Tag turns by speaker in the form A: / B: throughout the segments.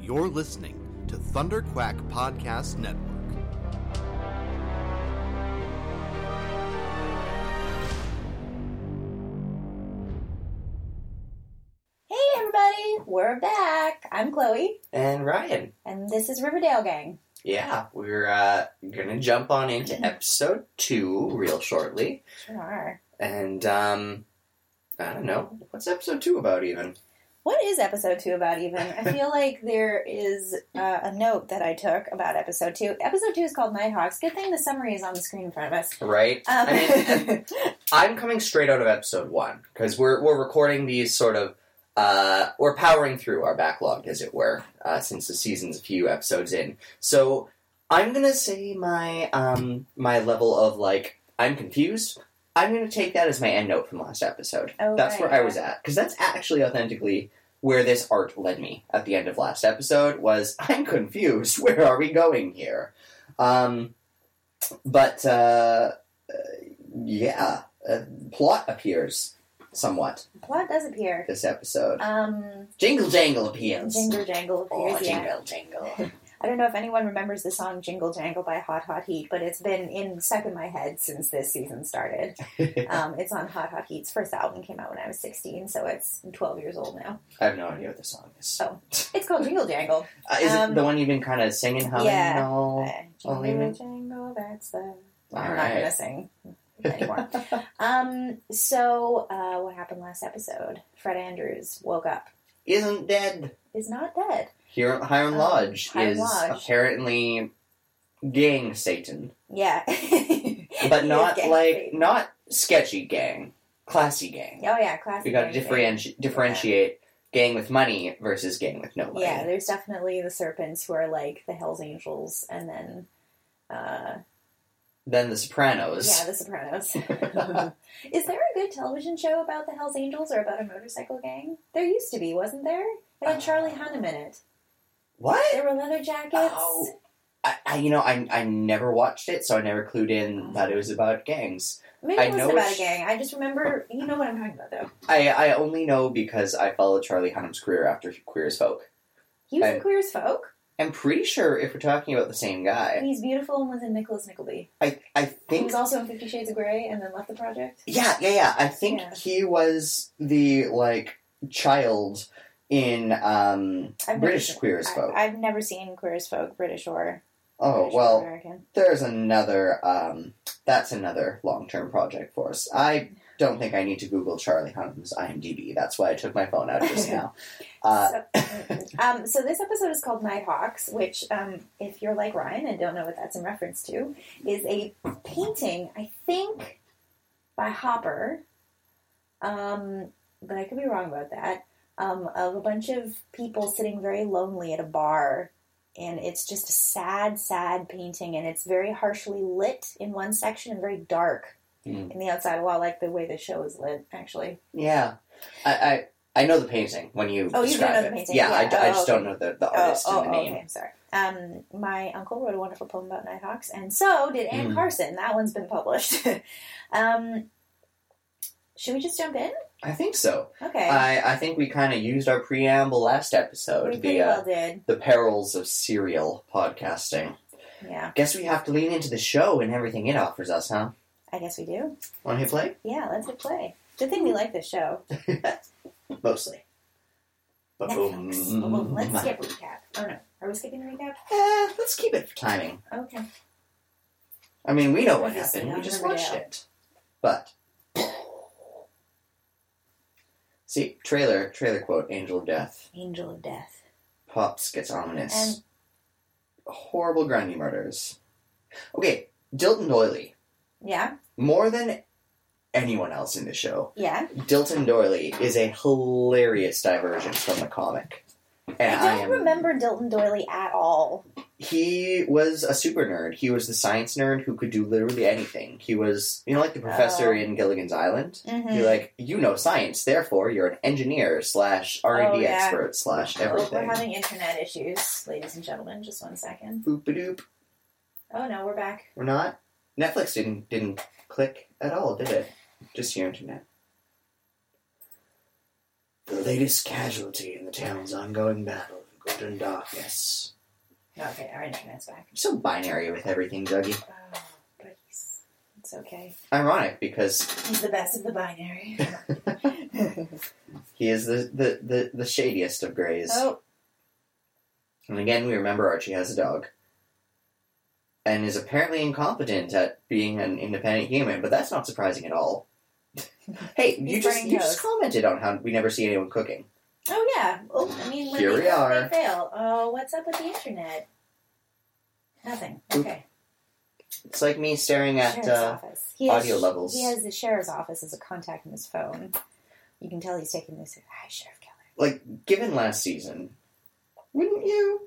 A: You're listening to Thunder Quack Podcast Network.
B: Hey everybody, we're back. I'm Chloe,
C: and Ryan.
B: and this is Riverdale Gang.
C: Yeah, we're uh, gonna jump on into episode two real shortly,
B: Sure are.
C: and um, I don't know what's episode two about even.
B: What is episode two about? Even I feel like there is uh, a note that I took about episode two. Episode two is called Nighthawks. Good thing the summary is on the screen in front of us.
C: Right?
B: Um,
C: I mean, I'm coming straight out of episode one because we're we're recording these sort of uh, we're powering through our backlog, as it were, uh, since the season's a few episodes in. So I'm gonna say my um my level of like I'm confused. I'm gonna take that as my end note from last episode.
B: Oh,
C: that's
B: right,
C: where I was at because that's actually authentically where this art led me at the end of last episode was I'm confused. Where are we going here? Um, but uh, uh, yeah, uh, plot appears somewhat
B: Plot does appear.
C: this episode.
B: Um,
C: Jingle jangle appears.
B: Jingle Jangle appears.
C: Oh,
B: yeah.
C: jingle jangle.
B: I don't know if anyone remembers the song Jingle Jangle by Hot Hot Heat, but it's been in stuck in my head since this season started. um, it's on Hot Hot Heat's first album came out when I was 16, so it's I'm 12 years old now.
C: I have no idea what the song is.
B: Oh. It's called Jingle Jangle.
C: Uh, is
B: um,
C: it the one you've been kind of singing, humming?
B: yeah.
C: and all?
B: Uh, jingle
C: I'll leave it.
B: Jangle, that's the.
C: Oh. All
B: I'm not gonna
C: right.
B: sing anymore. um, so uh, what happened last episode? Fred Andrews woke up.
C: Isn't dead.
B: Is not dead.
C: Here, Hiram
B: Oh,
C: Lodge
B: Hiram
C: is
B: Lodge.
C: apparently gang Satan,
B: Yeah.
C: but
B: He
C: not
B: is gay.
C: like not sketchy gang, classy gang.
B: Oh yeah, classic.
C: We got to
B: gay thing.
C: differentiate differentiate gang with money versus gang with no money.
B: Yeah, there's definitely the serpents who are like the Hell's Angels, and then uh,
C: Then the Sopranos.
B: yeah, the Sopranos. Is there a good television show about the Hell's Angels or about a motorcycle gang? There used to be, wasn't there? It had Charlie Hunnam in it.
C: What?
B: There were leather jackets.
C: Oh, I, I you know I I never watched it, so I never clued in that it was
B: Oh.
C: about gangs.
B: Maybe
C: I
B: it wasn't
C: know
B: about a
C: it's-
B: gang. I just remember. You know what I'm talking about, though.
C: I I only know because I followed Charlie Hunnam's career after Queer as Folk.
B: He was in
C: I'm-
B: Queer as Folk.
C: I'm pretty sure if we're talking about the same guy,
B: He's beautiful and was in Nicholas Nickleby.
C: I I
B: He
C: think
B: was also in Fifty Shades of Grey and then left the project.
C: Yeah, yeah, yeah. I think
B: Yeah.
C: he was the like child in um
B: I've never
C: British
B: seen-
C: Queer as Folk.
B: I, have never seen Queer as Folk, British or
C: oh
B: British or
C: well,
B: American.
C: there's another um that's another long-term project for us i don't think i need to google charlie hunnam's imdb that's why i took my phone out just now uh,
B: so, um, so this episode is called Nighthawks, which, um, if you're like Ryan and don't know what that's in reference to, is a painting, I think, by Hopper. Um, but I could be wrong about that. Um, of a bunch of people sitting very lonely at a bar, and it's just a sad, sad painting, and it's very harshly lit in one section and very dark
C: Mm.
B: in the outside wall, like the way the show is lit, actually.
C: yeah I, I i know the painting when you
B: Oh, you do
C: describe
B: know the
C: it
B: painting,
C: yeah, I,
B: yeah.
C: d- I
B: Oh,
C: just don't know the, the artist and the name
B: okay. I'm sorry. Um, my uncle wrote a wonderful poem about Nighthawks, and so did Anne
C: Mm.
B: Carson. That one's been published. um, should we just jump in?
C: i think so
B: Okay.
C: i i think we kind of used our preamble last
B: we
C: episode
B: pretty
C: the
B: well
C: uh,
B: did.
C: the perils of serial podcasting
B: Yeah,
C: guess we have to lean into the show and everything it offers us huh
B: I guess we do.
C: want to hit play
B: Yeah, let's hit play. Good thing we like this show.
C: mostly Ba-boom.
B: Nighthawks. Oh, well, let's skip recap. Oh no, are we skipping recap?
C: Eh, let's keep it for timing.
B: Okay.
C: I mean, we know what
B: Obviously,
C: happened.
B: on
C: We just
B: Riverdale.
C: watched it. But see, trailer trailer quote: "Angel of Death."
B: Angel of Death.
C: Pops gets ominous.
B: And-
C: Horrible Grundy murders. Okay, Dilton Doily.
B: Yeah,
C: More than anyone else in the show,
B: yeah.
C: Dilton Doily is a hilarious diversion from the comic. And
B: I don't
C: am-
B: remember Dilton Doily at all.
C: he was a super nerd. He was the science nerd who could do literally anything. He was, you know, like the professor
B: Oh.
C: in Gilligan's Island.
B: Mm-hmm.
C: You're like, you know science, therefore you're an engineer slash R and
B: Oh,
C: D
B: yeah.
C: expert slash
B: we're
C: everything.
B: having internet issues, ladies and gentlemen. Just one second.
C: Boop a doop.
B: Oh no, we're back.
C: We're not. Netflix didn't didn't click at all, did it? Just your internet. The latest casualty in the town's ongoing battle of Light and darkness.
B: Okay, all right, that's back.
C: I'm so binary with everything, Dougie.
B: Oh, but he's it's okay.
C: Ironic because
B: He's the best of the binary.
C: he is the, the, the, the shadiest of grays.
B: oh,
C: And again, we remember Archie has a dog. And is apparently incompetent at being an independent human, but that's not surprising at all. hey, you
B: He's
C: just
B: burning
C: you just
B: toast.
C: commented on how we never see anyone cooking.
B: oh yeah. Oh, I mean, when
C: Here
B: they
C: we
B: fail,
C: are.
B: They fail. Oh, what's up with the internet? Nothing. Okay.
C: It's like me staring at
B: sheriff's
C: uh,
B: office. He has,
C: audio levels.
B: He has the sheriff's office as a contact in his phone. You can tell he's taking this. Hi, Sheriff Keller.
C: like given last season. Wouldn't you?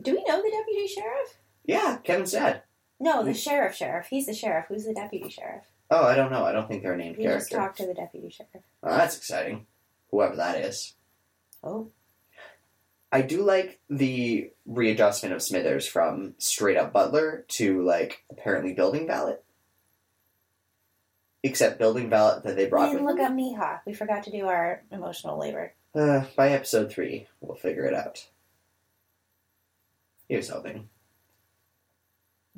B: Do we know the deputy sheriff?
C: Yeah, Kevin's dad.
B: No, the
C: We-
B: sheriff. Sheriff. He's the sheriff. Who's the deputy sheriff?
C: Oh, I don't know. I don't think they're a named
B: We just
C: character.
B: talked to the deputy sheriff.
C: Well, that's exciting. Whoever that is.
B: Oh,
C: I do like the readjustment of Smithers from straight up butler to like apparently building valet. Except building valet that they
B: we
C: brought
B: didn't
C: with
B: look up Mihawk. We forgot to do our emotional labor.
C: Uh, by episode three, we'll figure it out. Here's hoping.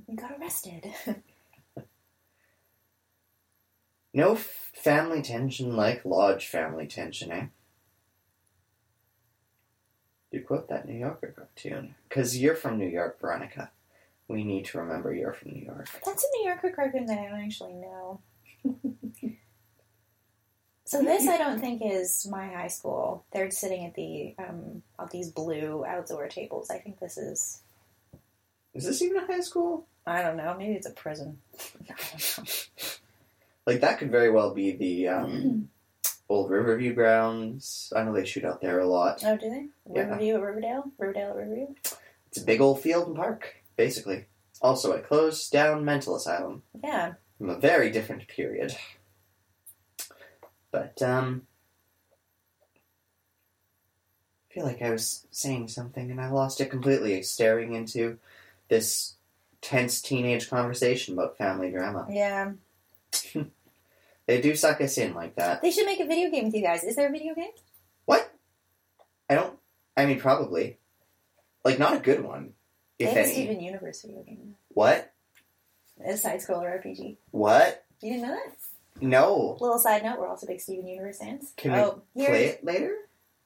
B: We got arrested.
C: No f- family tension like lodge family tension, eh? You quote that New Yorker cartoon. Because you're from New York, Veronica. We need to remember you're from New York.
B: That's a New Yorker cartoon that I don't actually know.
C: Hmm.
B: so this, I don't think, is my high school. They're sitting at the um, at these blue outdoor tables. I think this is.
C: Is this even a high school?
B: I don't know. Maybe it's a prison. I don't know.
C: Like that could very well be the um, old Riverview grounds. I know they shoot out there a lot.
B: Oh, do they?
C: Yeah.
B: Riverview at Riverdale? Riverdale at Riverview?
C: It's a big old field and park, basically. Also, a closed down mental asylum
B: Yeah.
C: from a very different period. But um, I feel like I was saying something and I lost it completely. Staring into this tense teenage conversation about family drama.
B: Yeah.
C: They do suck us in like that.
B: They should make a video game with you guys. Is there a video game?
C: What? I don't. I mean, probably. Like, not a good one, if
B: they have a
C: any.
B: Steven Universe video game.
C: What?
B: A side scroller RPG. You
C: What?
B: didn't know that?
C: No.
B: Little side note, we're also big Steven Universe fans.
C: Can we
B: oh, here
C: Play it later?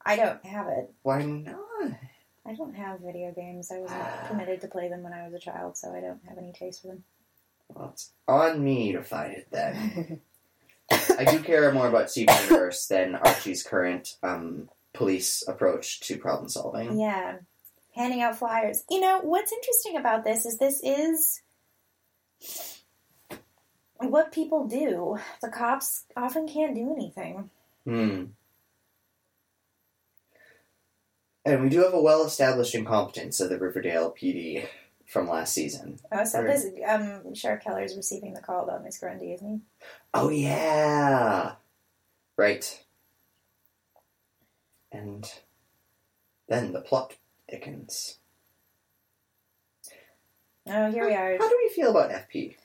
B: I don't have it.
C: Why not?
B: I don't have video games. I was not permitted to play them when I was a child, so I don't have any taste for them.
C: Well, it's on me to find it then. I do care more about Steven Universe than Archie's current um, police approach to problem solving.
B: yeah. Handing out flyers. You know, what's interesting about this is this is what people do. The cops often can't do anything.
C: Hmm. And we do have a well established incompetence of the Riverdale PD from last season.
B: Oh, so
C: Right.
B: this um, Sheriff Keller is receiving the call about Miss Grundy, isn't he?
C: Oh yeah. Right. And then the plot thickens.
B: Oh, here we are.
C: How do we feel about FP?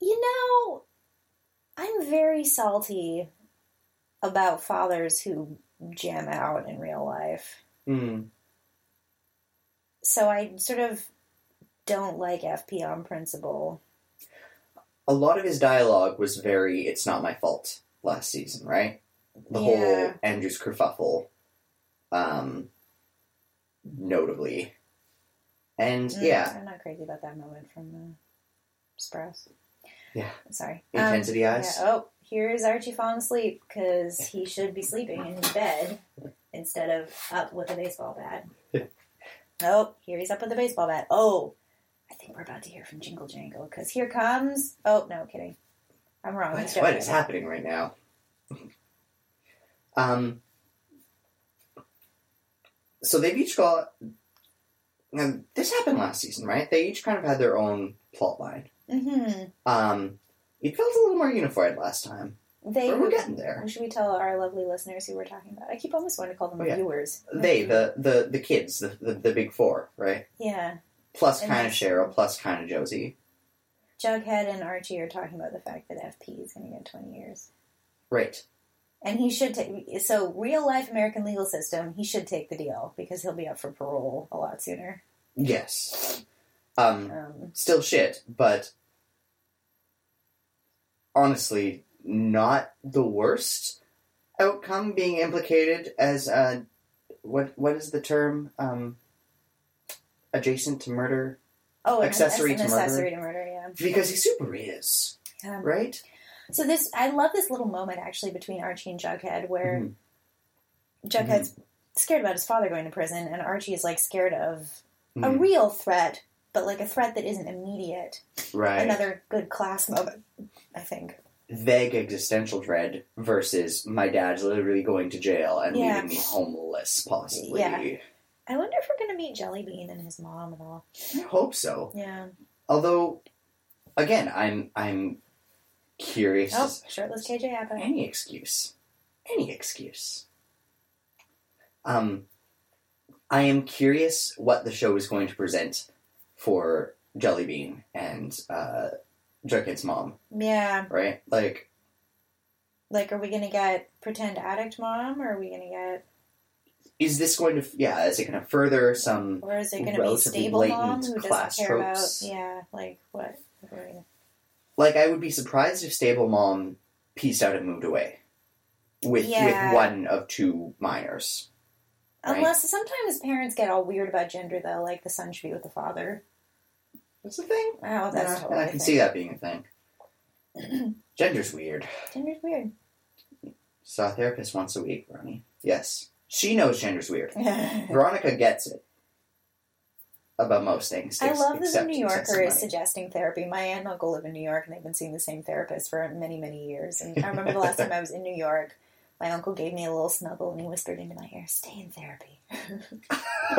B: You know, I'm very salty about fathers who jam out in real life.
C: Hmm.
B: So I sort of don't like FP on principle.
C: A lot of his dialogue was very it's not my fault last season, right? The whole
B: Yeah.
C: Andrew's kerfuffle. Um notably. And
B: Mm,
C: yeah,
B: I'm not crazy about that moment from uh, Sprouse.
C: Yeah.
B: Sorry. Um,
C: intensity
B: yeah,
C: eyes.
B: oh, here's Archie falling asleep because he should be sleeping in bed instead of up with a baseball bat. oh, here he's up with a baseball bat. Oh, I think we're about to hear from Jingle Jangle because here comes. Oh, no, kidding. I'm wrong.
C: What-
B: It's
C: what
B: Jeopardy.
C: is happening right now? um, so they've each got. Now, this happened last season, right? They each kind of had their own plot line.
B: Mhm.
C: Um, it felt a little more unified last time.
B: They
C: But we're getting there.
B: Should we tell our lovely listeners who we're talking about? I keep almost wanting to call them
C: Oh, yeah.
B: viewers.
C: They, the the, the kids, the, the, the big four, right?
B: Yeah.
C: Plus
B: And
C: kind of
B: that's-
C: Cheryl, plus kind of Josie.
B: Jughead and Archie are talking about the fact that FP is going to get 20 years.
C: Right.
B: and he should take so real life American legal system. He should take the deal because he'll be up for parole a lot sooner.
C: Yes. Um,
B: Um,
C: still shit, but honestly, not the worst outcome being implicated as uh, what what is the term um, adjacent to murder
B: oh, and
C: Accessory
B: an,
C: to
B: an
C: murder.
B: accessory to murder. Yeah.
C: because he super is
B: Yeah.
C: right.
B: So this, I love this little moment actually between Archie and Jughead where
C: Mm-hmm.
B: Jughead's scared about his father going to prison, and Archie is like scared of a
C: Mhm.
B: real threat, but like a threat that isn't immediate.
C: right.
B: Another good class moment, I think.
C: vague existential dread versus my dad's literally going to jail and
B: Yeah.
C: leaving me homeless, possibly.
B: Yeah. I wonder if we're going to meet Jellybean and his mom and all.
C: I hope so.
B: Yeah.
C: Although, again, I'm I'm curious.
B: Oh,
C: as-
B: shirtless KJ Apa.
C: Any excuse, any excuse. Um, I am curious what the show is going to present for Jellybean and uh, Jughead's mom.
B: Yeah.
C: Right, like
B: Like, are we going to get pretend addict mom, or are we going to get,
C: is this going to yeah is it going to further some
B: or is it going to be
C: Relatively
B: stable mom
C: blatant
B: who
C: class
B: doesn't care
C: tropes.
B: about? Yeah. Like what? what are we gonna-
C: like I would be surprised if Stable Mom pieced out and moved away with
B: Yeah.
C: with one of two minors. Right.
B: Unless sometimes parents get all weird about gender, though. Like the son should be with the father.
C: That's a thing.
B: Oh, that's
C: Yeah,
B: totally.
C: I can see that being a thing. Gender's weird.
B: Gender's weird.
C: Saw a therapist once a week, Ronnie. Yes, she knows gender's weird.
B: I
C: Veronica gets it about most things. ex-
B: love that the
C: except
B: New Yorker is
C: accessibility.
B: suggesting therapy. My aunt and uncle live in New York, and they've been seeing the same therapist for many, many years. And I remember the last time I was in New York, my uncle gave me a little snuggle, and he whispered into my ear, "Stay in therapy."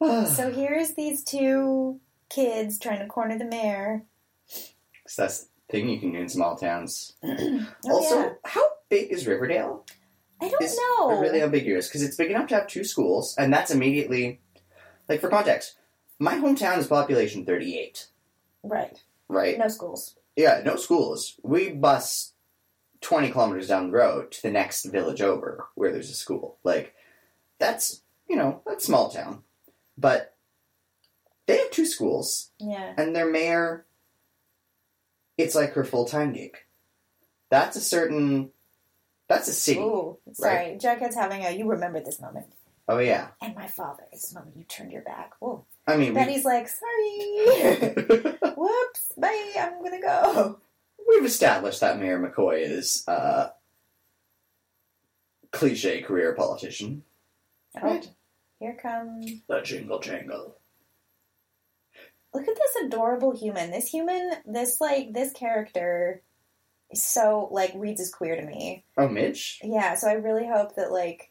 B: so here's these two kids trying to corner the mayor.
C: 'Cause that's the thing you can do in small towns.
B: Oh,
C: also,
B: yeah. Oh.
C: how big is Riverdale?
B: I don't
C: is
B: know.
C: really ambiguous because it's big enough to have two schools, and that's immediately, like for context, my hometown is population thirty-eight,
B: right.
C: right?
B: No schools.
C: Yeah, no schools. We bus twenty kilometers down the road to the next village over where there's a school. Like that's you know that's small town, but they have two schools,
B: Yeah.
C: and their mayor, it's like her full-time gig. That's a certain. That's a city.
B: Ooh, sorry. Jughead's having a. You remember this moment.
C: Oh yeah,
B: And my father is, Mom, you turned your back. Whoa.
C: I mean. we-
B: Betty's like, sorry. Whoops. Bye. I'm going to go.
C: we've established that Mayor McCoy is uh, cliche career politician. Right.
B: Oh, here comes.
C: The jingle jangle.
B: Look at this adorable human. This human, this, like, this character is so, like, reads as queer to me.
C: Oh, Midge.
B: Yeah, so I really hope that, like,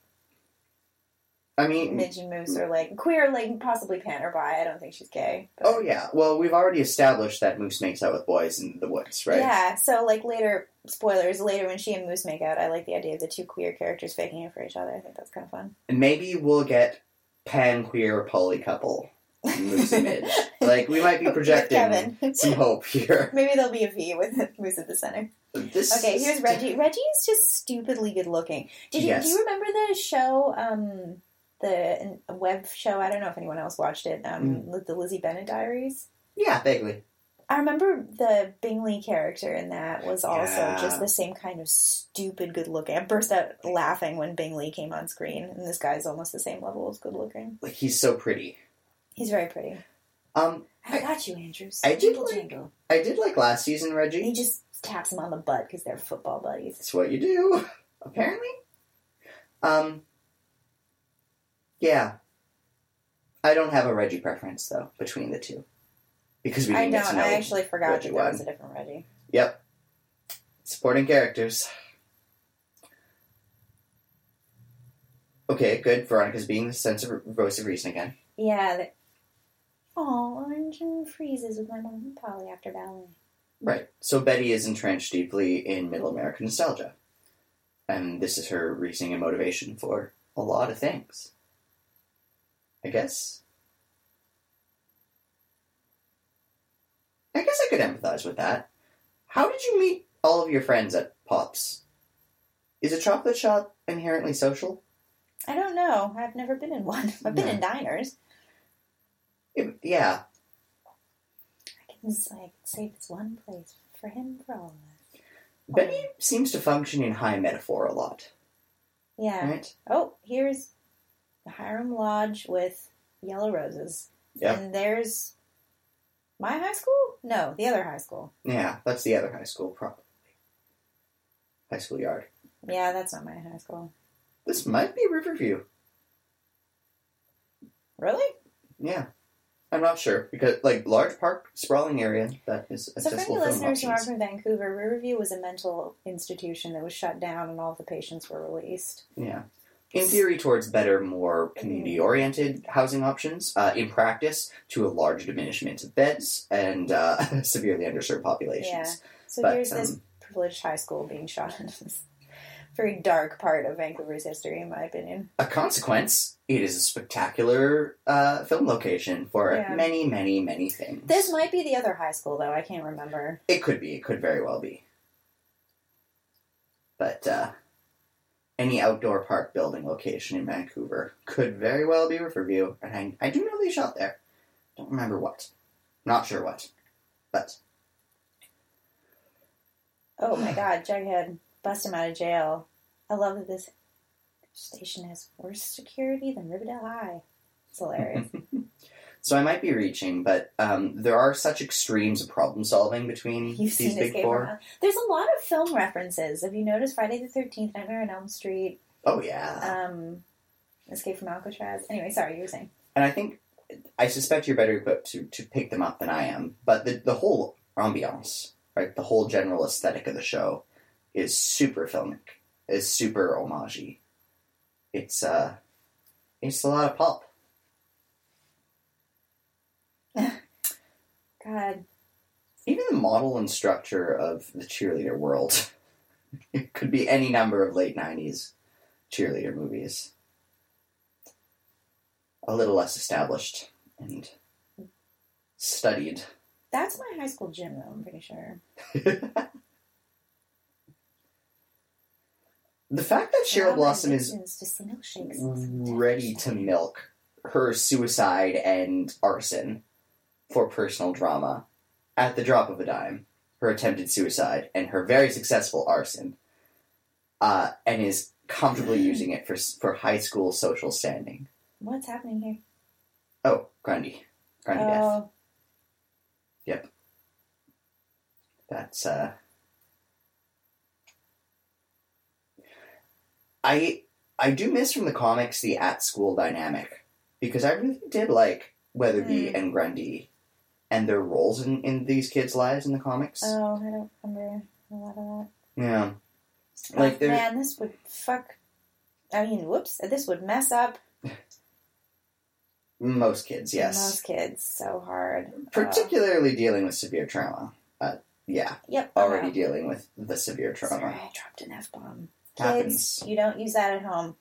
C: I mean,
B: Midge and Moose are, like, queer, like, possibly pan or bi. I don't think she's gay. But,
C: oh yeah. Well, we've already established that Moose makes out with boys in the woods, right?
B: Yeah, so, like, later, spoilers, later when she and Moose make out, I like the idea of the two queer characters faking it for each other. I think that's kind of fun.
C: And maybe we'll get pan queer poly couple Moose and Midge. Like we might be
B: With
C: projecting
B: Kevin.
C: some hope here.
B: Maybe there'll be a V with Moose at the center.
C: This
B: Okay,
C: is-
B: here's Reggie. Reggie is just stupidly good looking. Did you,
C: Yes.
B: do you remember the show, um, the web show? I don't know if anyone else watched it.
C: Mm.
B: Um, The Lizzie Bennett Diaries.
C: Yeah, vaguely.
B: I remember the Bingley character in that was also
C: Yeah.
B: just the same kind of stupid good looking. I burst out laughing when Bingley came on screen, and this guy's almost the same level as good looking.
C: Like he's so pretty.
B: He's very pretty.
C: Um,
B: I
C: I-
B: got you, Andrews.
C: I did
B: Jingle,
C: like-
B: jingle.
C: I did like last season, Reggie.
B: He just taps him on the butt because they're football buddies.
C: It's what you do, apparently. Um, yeah. I don't have a Reggie preference though between the two, because we
B: I
C: didn't
B: don't.
C: get to know
B: I actually forgot
C: Reggie
B: that there was
C: Wayne.
B: a different Reggie.
C: Yep. Supporting characters. Okay, good. Veronica's being the sense of voice of reason again.
B: Yeah. That... Oh, Orange and freezes with my mom and Polly after ballet.
C: Right. So Betty is entrenched deeply in middle American nostalgia. And this is her reasoning and motivation for a lot of things. I guess. I guess I could empathize with that. How did you meet all of your friends at Pops? Is a chocolate shop inherently social?
B: I don't know. I've never been in one. I've been
C: No.
B: in diners.
C: It- yeah.
B: I can just, like save this one place for him for all of us.
C: Benny seems to function in high metaphor a lot,
B: Yeah.
C: right?
B: Oh, here's the Hiram Lodge with yellow roses.
C: Yeah.
B: And there's my high school? No, the other high school.
C: Yeah, that's the other high school, probably. High school yard.
B: Yeah, that's not my high school.
C: This might be Riverview.
B: Really?
C: Yeah. I'm not sure because, like, large park, sprawling area that is
B: So, for any
C: accessible film
B: listeners who are
C: options.
B: from Vancouver, Riverview was a mental institution that was shut down and all the patients were released.
C: Yeah. In theory, towards better, more community oriented housing options. Uh, in practice, to a large diminishment of beds and uh, severely underserved populations.
B: So
C: But,
B: here's this
C: um,
B: privileged high school being shot in this very dark part of Vancouver's history, in my opinion.
C: A consequence, it is a spectacular uh, film location for
B: Yeah.
C: many, many, many things.
B: This might be the other high school, though. I can't remember.
C: It could be. It could very well be. But uh, any outdoor park building location in Vancouver could very well be Riverview, and I, I do know they shot there. Don't remember what. Not sure what. But
B: Oh my god, Jughead, bust him out of jail. I love that this station has worse security than Riverdale High. It's hilarious.
C: so I might be reaching, but um, there are such extremes of problem solving between
B: You've
C: these
B: seen
C: big
B: Escape
C: four.
B: from Elm. There's a lot of film references. Have you noticed Friday the 13th, Nightmare on Elm Street,
C: Oh yeah.
B: um, Escape from Alcatraz? Anyway, sorry, you were saying.
C: and I think I suspect you're better equipped to, to pick them up than I am. But the the whole ambiance, right, the whole general aesthetic of the show, is super filmic, is super homagey. It's uh, it's a lot of pulp.
B: God,
C: Even the model and structure of the cheerleader world, it could be any number of late '90s cheerleader movies. A little less established and studied.
B: that's my high school gym, though, I'm pretty sure.
C: The fact that Cheryl
B: Now
C: Blossom
B: my
C: is
B: addictions to some milkshakes and some
C: ready
B: Dr.
C: to
B: Pepper.
C: milk her suicide and arson for personal drama at the drop of a dime, her attempted suicide and her very successful arson, uh, and is comfortably using it for for high school social standing.
B: What's happening here?
C: Oh, Grundy, Grundy Death.
B: Oh,
C: That's uh I I do miss from the comics the at school dynamic because I really did like Weatherby
B: Hmm.
C: and Grundy and their roles in, in these kids' lives in the comics.
B: oh, I don't remember a lot of that.
C: yeah. Like
B: oh,
C: they're
B: man, this would fuck. I mean, whoops, this would mess up
C: most kids, yes.
B: most uh, kids so hard.
C: Particularly dealing with severe trauma. Uh, yeah,
B: Oh, yep.
C: already
B: okay.
C: dealing with the severe trauma.
B: Sorry, I dropped an F bomb.
C: Happens.
B: Kids, you don't use that at home.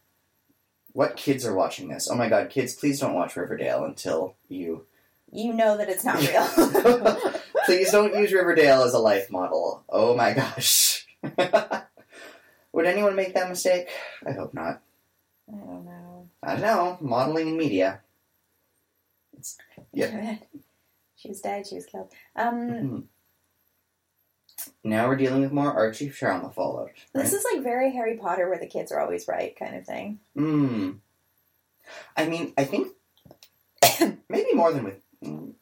C: What kids are watching this? Oh my god, kids, please don't watch Riverdale until you
B: You know that it's not real.
C: Please don't use Riverdale as a life model. Oh my gosh. Would anyone make that mistake? I hope not.
B: I don't know.
C: I don't know. Modeling in media. Yeah.
B: she was dead. She was killed. Um,
C: Mhm. Now we're dealing with more Archie trauma fallout.
B: this is like very Harry Potter, where the kids are always right, kind of thing.
C: Hmm. I mean, I think maybe more than with mm.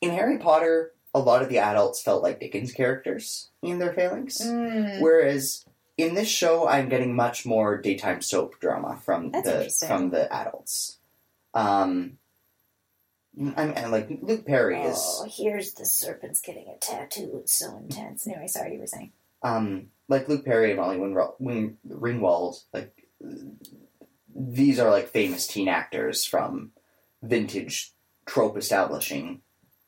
C: in Harry Potter, a lot of the adults felt like Dickens characters in their failings.
B: Mm.
C: Whereas in this show, I'm getting much more daytime soap drama from
B: That's
C: the
B: interesting.
C: from the adults. Um, I'm, and like Luke Perry is
B: Oh, here's the serpents getting a tattoo. It's so intense. Anyway, sorry, you were saying.
C: um, like Luke Perry and Molly Winro- Win- Ringwald. Like these are like famous teen actors from vintage trope establishing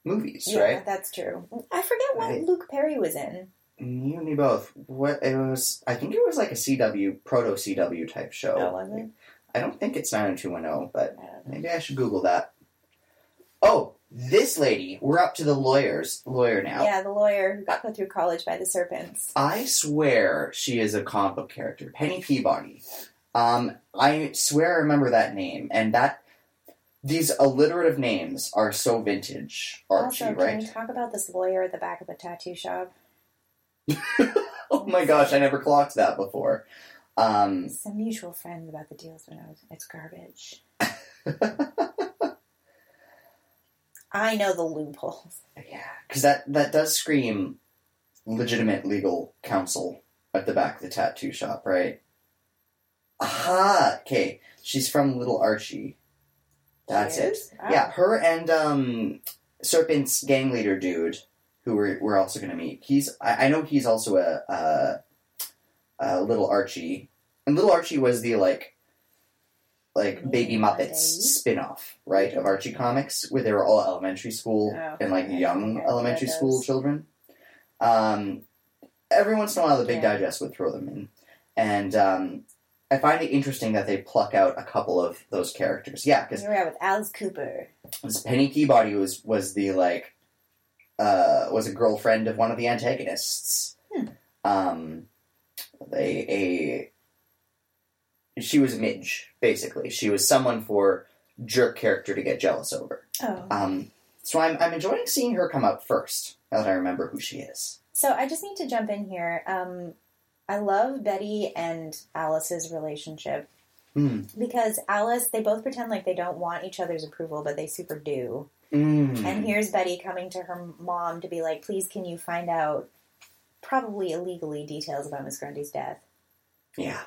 C: movies,
B: Yeah,
C: right?
B: that's true. I forget what
C: Right.
B: Luke Perry was in.
C: You and me both. What it was? I think it was like a CW proto CW type show.
B: Oh, was it?
C: oh I don't think it's 90210, but
B: I don't know.
C: Maybe I should Google that. Oh, This lady, we're up to the lawyers lawyer now.
B: Yeah, the lawyer who got put through college by the serpents.
C: I swear she is a comic book character, Penny Peabody. Um, I swear I remember that name, and that these alliterative names are so vintage, Archie.
B: also, can
C: right?
B: we talk about this lawyer at the back of a tattoo shop?
C: oh my gosh, I never clocked that before. Um,
B: Some mutual friends about the deals when I was. It's garbage. I know the loopholes.
C: yeah, because that that does scream legitimate legal counsel at the back of the tattoo shop, right? Aha. Okay, she's from Little Archie. That's it.
B: Cheers. Wow.
C: Yeah, her and um, Serpent's gang leader dude, who we're, we're also going to meet. He's I, I know he's also a, a, a little Archie, and little Archie was the like like
B: Amazing
C: Baby Muppets
B: Mondays.
C: spin-off, right, of Archie comics, where they were all elementary school
B: Oh,
C: and like
B: okay.
C: young
B: Yeah,
C: elementary
B: those.
C: school children. Um, every once in a while, the Big
B: Yeah.
C: Digest would throw them in, and um, I find it interesting that they pluck out a couple of those characters. Yeah, because
B: Oh, Here we are with Alice Cooper.
C: this Penny Peabody was was the like uh, was a girlfriend of one of the antagonists.
B: Hmm.
C: Um, a, a she was a midge basically. She was someone for jerk character to get jealous over.
B: Oh.
C: Um, so I'm I'm enjoying seeing her come out first. Now that I remember who she is.
B: So I just need to jump in here. Um, I love Betty and Alice's relationship
C: Mm.
B: because Alice, they both pretend like they don't want each other's approval, but they super do.
C: Mm.
B: And here's Betty coming to her mom to be like, please, can you find out, probably illegally, details about Miss Grundy's death?
C: Yeah.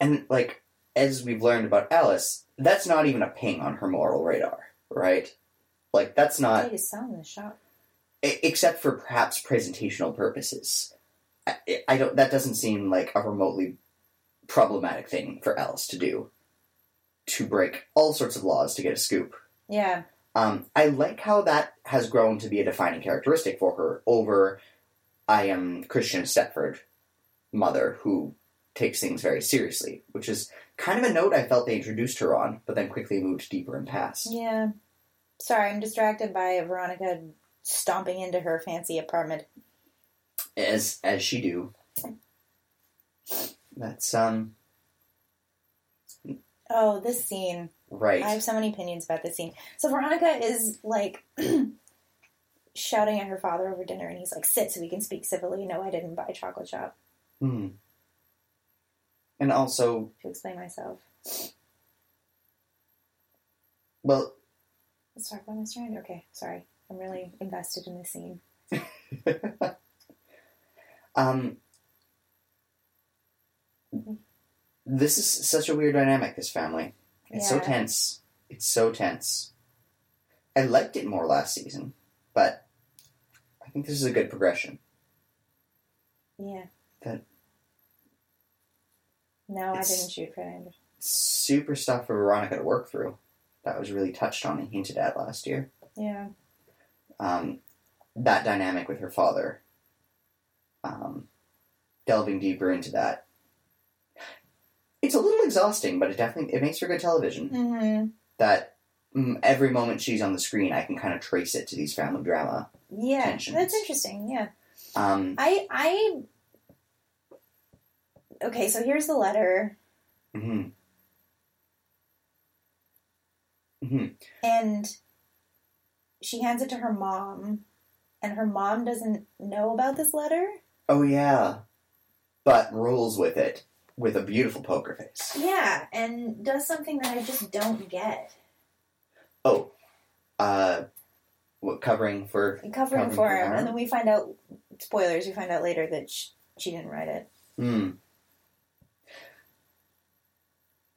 C: And like as we've learned about Alice, that's not even a ping on her moral radar, right? Like that's not
B: Dude, his son in the shop.
C: e- except for perhaps presentational purposes. I, I don't. That doesn't seem like a remotely problematic thing for Alice to do. To break all sorts of laws to get a scoop.
B: Yeah.
C: Um, I like how that has grown to be a defining characteristic for her over I am Christian Stepford, mother, who takes things very seriously, which is kind of a note I felt they introduced her on, but then quickly moved deeper and past.
B: Yeah. Sorry, I'm distracted by Veronica stomping into her fancy apartment.
C: as as she do. That's um
B: Oh, this scene.
C: right.
B: I have so many opinions about this scene. So Veronica is like shouting at her father over dinner, and he's like, "Sit so we can speak civilly." No, I didn't buy chocolate shop.
C: Hmm. And also,
B: To explain myself,
C: well,
B: let's talk about Mr. Andrew. Okay, sorry, I'm really invested in this scene.
C: um, this is such a weird dynamic. This family. It's so
B: Yeah.
C: tense. It's so tense. I liked it more last season, but I think this is a good progression.
B: Yeah.
C: That-
B: No, I
C: It's-
B: didn't shoot for Andrew.
C: Super stuff for Veronica to work through. That was really touched on and hinted at last year.
B: Yeah.
C: um, that dynamic with her father. Um, delving deeper into that, it's a little exhausting, but it definitely it makes for good television.
B: hmm
C: That mm, every moment she's on the screen, I can kind of trace it to these family drama.
B: Yeah,
C: Tensions.
B: that's interesting. Yeah.
C: Um,
B: I I. Okay, so here's the letter,
C: hmm hmm
B: and she hands it to her mom, and her mom doesn't know about this letter.
C: Oh yeah, but rolls with it with a beautiful poker face.
B: Yeah, and does something that I just don't get.
C: Oh, uh, what covering for?
B: Covering, Covering for him, and then we find out spoilers. We find out later that she, she didn't write it.
C: Hmm.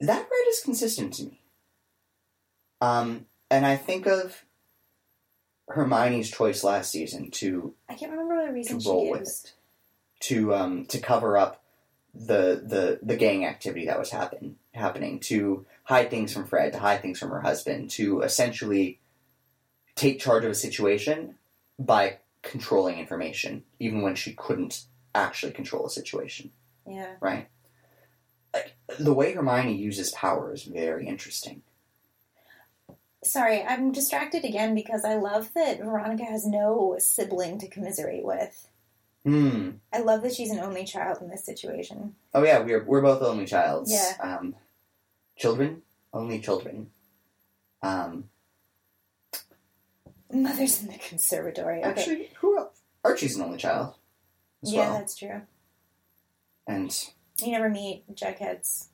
C: That word is consistent to me. Um, and I think of Hermione's choice last season to
B: I can't remember what
C: to
B: reason she
C: roll with
B: gives.
C: it, to um, to cover up the the the gang activity that was happen happening, to hide things from Fred, to hide things from her husband, to essentially take charge of a situation by controlling information, even when she couldn't actually control a situation
B: Yeah,
C: right? Like the way Hermione uses power is very interesting.
B: Sorry, I'm distracted again because I love that Veronica has no sibling to commiserate with.
C: Hmm.
B: I love that she's an only child in this situation.
C: Oh yeah, we're we're both only childs.
B: Yeah.
C: Um, children, only children. Um,
B: Mother's in the conservatory. Okay.
C: actually, who else? Archie's an only child as
B: yeah,
C: well,
B: that's true.
C: and
B: You never meet Jughead's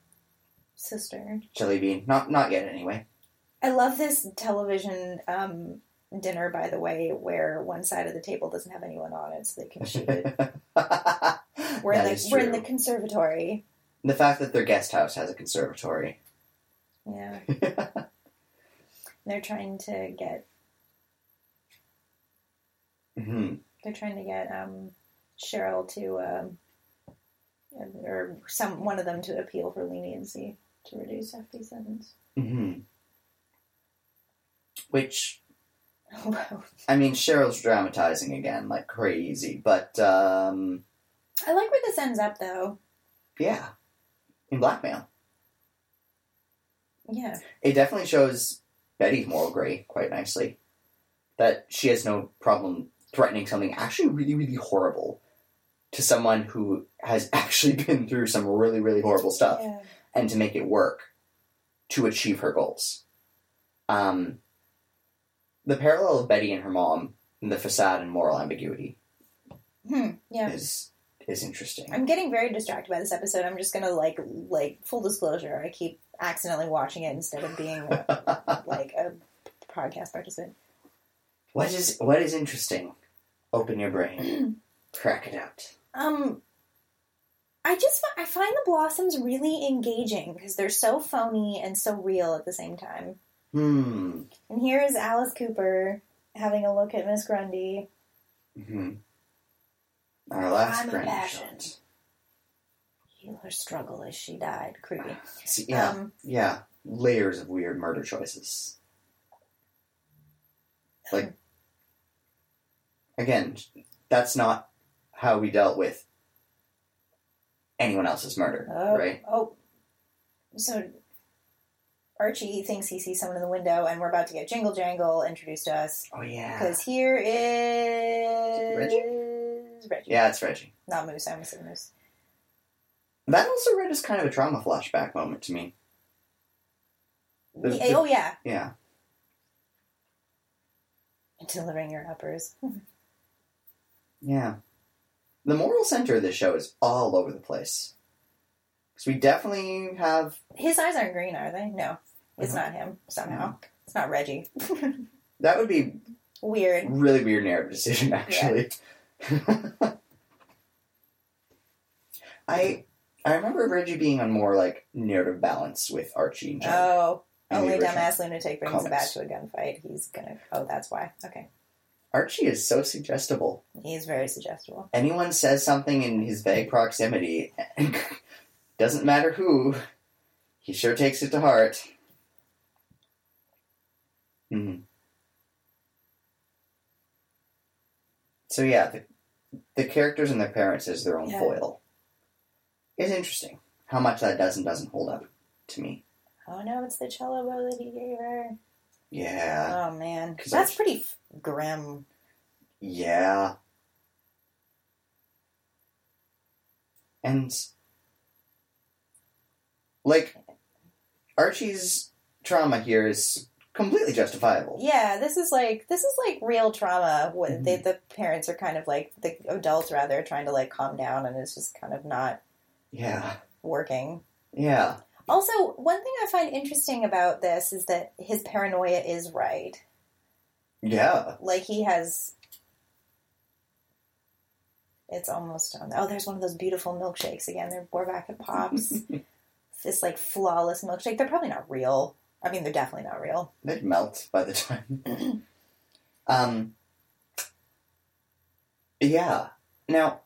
B: sister.
C: Jellybean. Not not yet, anyway.
B: I love this television um, dinner, by the way, where one side of the table doesn't have anyone on it, so they can shoot it.
C: That
B: We're in the
C: is
B: we're in the
C: true.
B: conservatory.
C: The fact that their guest house has a conservatory.
B: Yeah, they're trying to get
C: hmm
B: they're trying to get um, Cheryl to um, or some one of them to appeal for leniency to reduce FP sentence.
C: hmm Which
B: Oh wow!
C: I mean, Cheryl's dramatizing again like crazy, but um,
B: I like where this ends up though.
C: yeah, in blackmail,
B: Yeah,
C: it definitely shows Betty's moral gray quite nicely. That she has no problem threatening something actually really, really horrible to someone who has actually been through some really, really horrible stuff,
B: yeah.
C: and to make it work to achieve her goals. Um, the parallel of Betty and her mom, and the facade and moral ambiguity,
B: Hmm. Yeah.
C: is is interesting.
B: I'm getting very distracted by this episode. I'm just gonna like like full disclosure. I keep accidentally watching it instead of being like a podcast participant.
C: What is what is interesting? Open your brain, crack it out.
B: Um, I just fi- I find the blossoms really engaging because they're so phony and so real at the same time.
C: Hmm.
B: And here is Alice Cooper having a look at Miss Grundy.
C: hmm Our last
B: I'm a
C: grandchild.
B: passion. Heal her struggle as she died. Creepy.
C: See, yeah,
B: Um,
C: yeah. Layers of weird murder choices.
B: um,
C: Like again, that's not how we dealt with anyone else's murder,
B: oh,
C: right?
B: oh. So Archie thinks he sees someone in the window, and we're about to get Jingle Jangle introduced to us
C: Oh yeah.
B: because here is
C: Reggie?
B: Reggie.
C: Yeah, it's Reggie.
B: Not Moose. I'm assuming Moose.
C: That also read as kind of a trauma flashback moment to me. The-
B: Yeah,
C: the-
B: oh yeah.
C: Yeah.
B: Delivering your uppers.
C: Yeah. The moral center of this show is all over the place. Because we definitely have.
B: His eyes aren't green, are they? No, it's
C: Mhm.
B: not him. Somehow,
C: Mm-hmm.
B: it's not Reggie.
C: That would be a
B: Weird.
C: really weird narrative decision, actually. I I remember Reggie being on more like narrative balance with Archie and Johnny.
B: Oh,
C: in the
B: only
C: original.
B: dumbass lunatic brings a bat
C: comics.
B: to a gunfight. He's gonna. Oh, that's why. Okay,
C: Archie is so suggestible.
B: he's very suggestible.
C: Anyone says something in his vague proximity, doesn't matter who, he sure takes it to heart. hmm So yeah, the, the characters and their parents is their own
B: Yeah.
C: foil. It's interesting how much that does and doesn't hold up to me.
B: Oh no, it's the cello bow that he gave her.
C: Yeah,
B: Oh man,
C: 'Cause
B: that's
C: I-
B: pretty f- grim.
C: yeah. And like Archie's trauma here is completely justifiable.
B: Yeah, this is like this is like real trauma. What
C: Mhm.
B: they, the parents are kind of like the adults rather are trying to like calm down, and it's just kind of not
C: Yeah.
B: working.
C: Yeah.
B: Also, one thing I find interesting about this is that his paranoia is right.
C: Yeah.
B: like he has it's almost done oh there's one of those beautiful milkshakes again they're we're back at pops this like flawless milkshake they're probably not real i mean they're definitely not real
C: They'd melt by the time. um Yeah. Now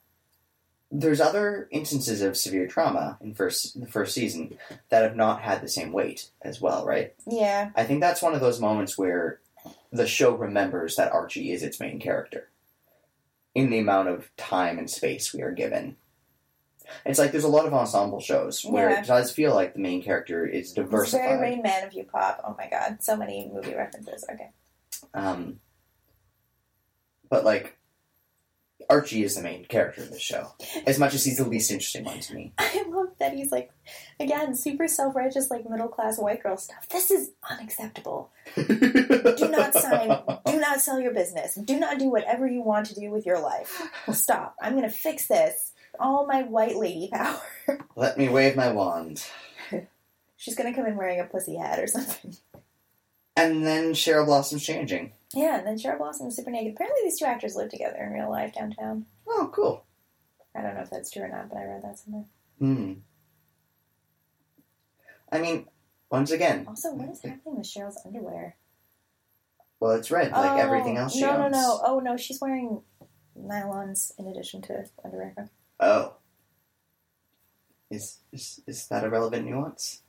C: there's other instances of severe trauma in first the first season that have not had the same weight as well, right?
B: yeah
C: I think that's one of those moments where the show remembers that Archie is its main character in the amount of time and space we are given. It's like there's a lot of ensemble shows where
B: Yeah.
C: it does feel like the main character is
B: It's very
C: diversified.
B: Rain Man if you pop. Oh my god, so many movie references. Okay.
C: Um, but like, Archie is the main character of the show, as much as he's the least interesting one to me.
B: I love that he's like, again, super self righteous, like middle class white girl stuff. This is unacceptable. Do not sign. do not sell your business. Do not do whatever you want to do with your life. Stop. I'm going to fix this. All my white lady power.
C: Let me wave my wand.
B: She's going to come in wearing a pussy hat or something.
C: And then Cheryl Blossom's changing.
B: Yeah, and then Cheryl Blossom is super naked. Apparently, these two actors live together in real life downtown.
C: Oh, cool.
B: I don't know if that's true or not, but I read that somewhere.
C: Hmm. I mean, once again,
B: Also, what is happening with Cheryl's underwear?
C: well, it's red like
B: Oh,
C: everything else she
B: No, no,
C: owns.
B: no. Oh no, she's wearing nylons in addition to underwear.
C: Oh. Is, is is that a relevant nuance?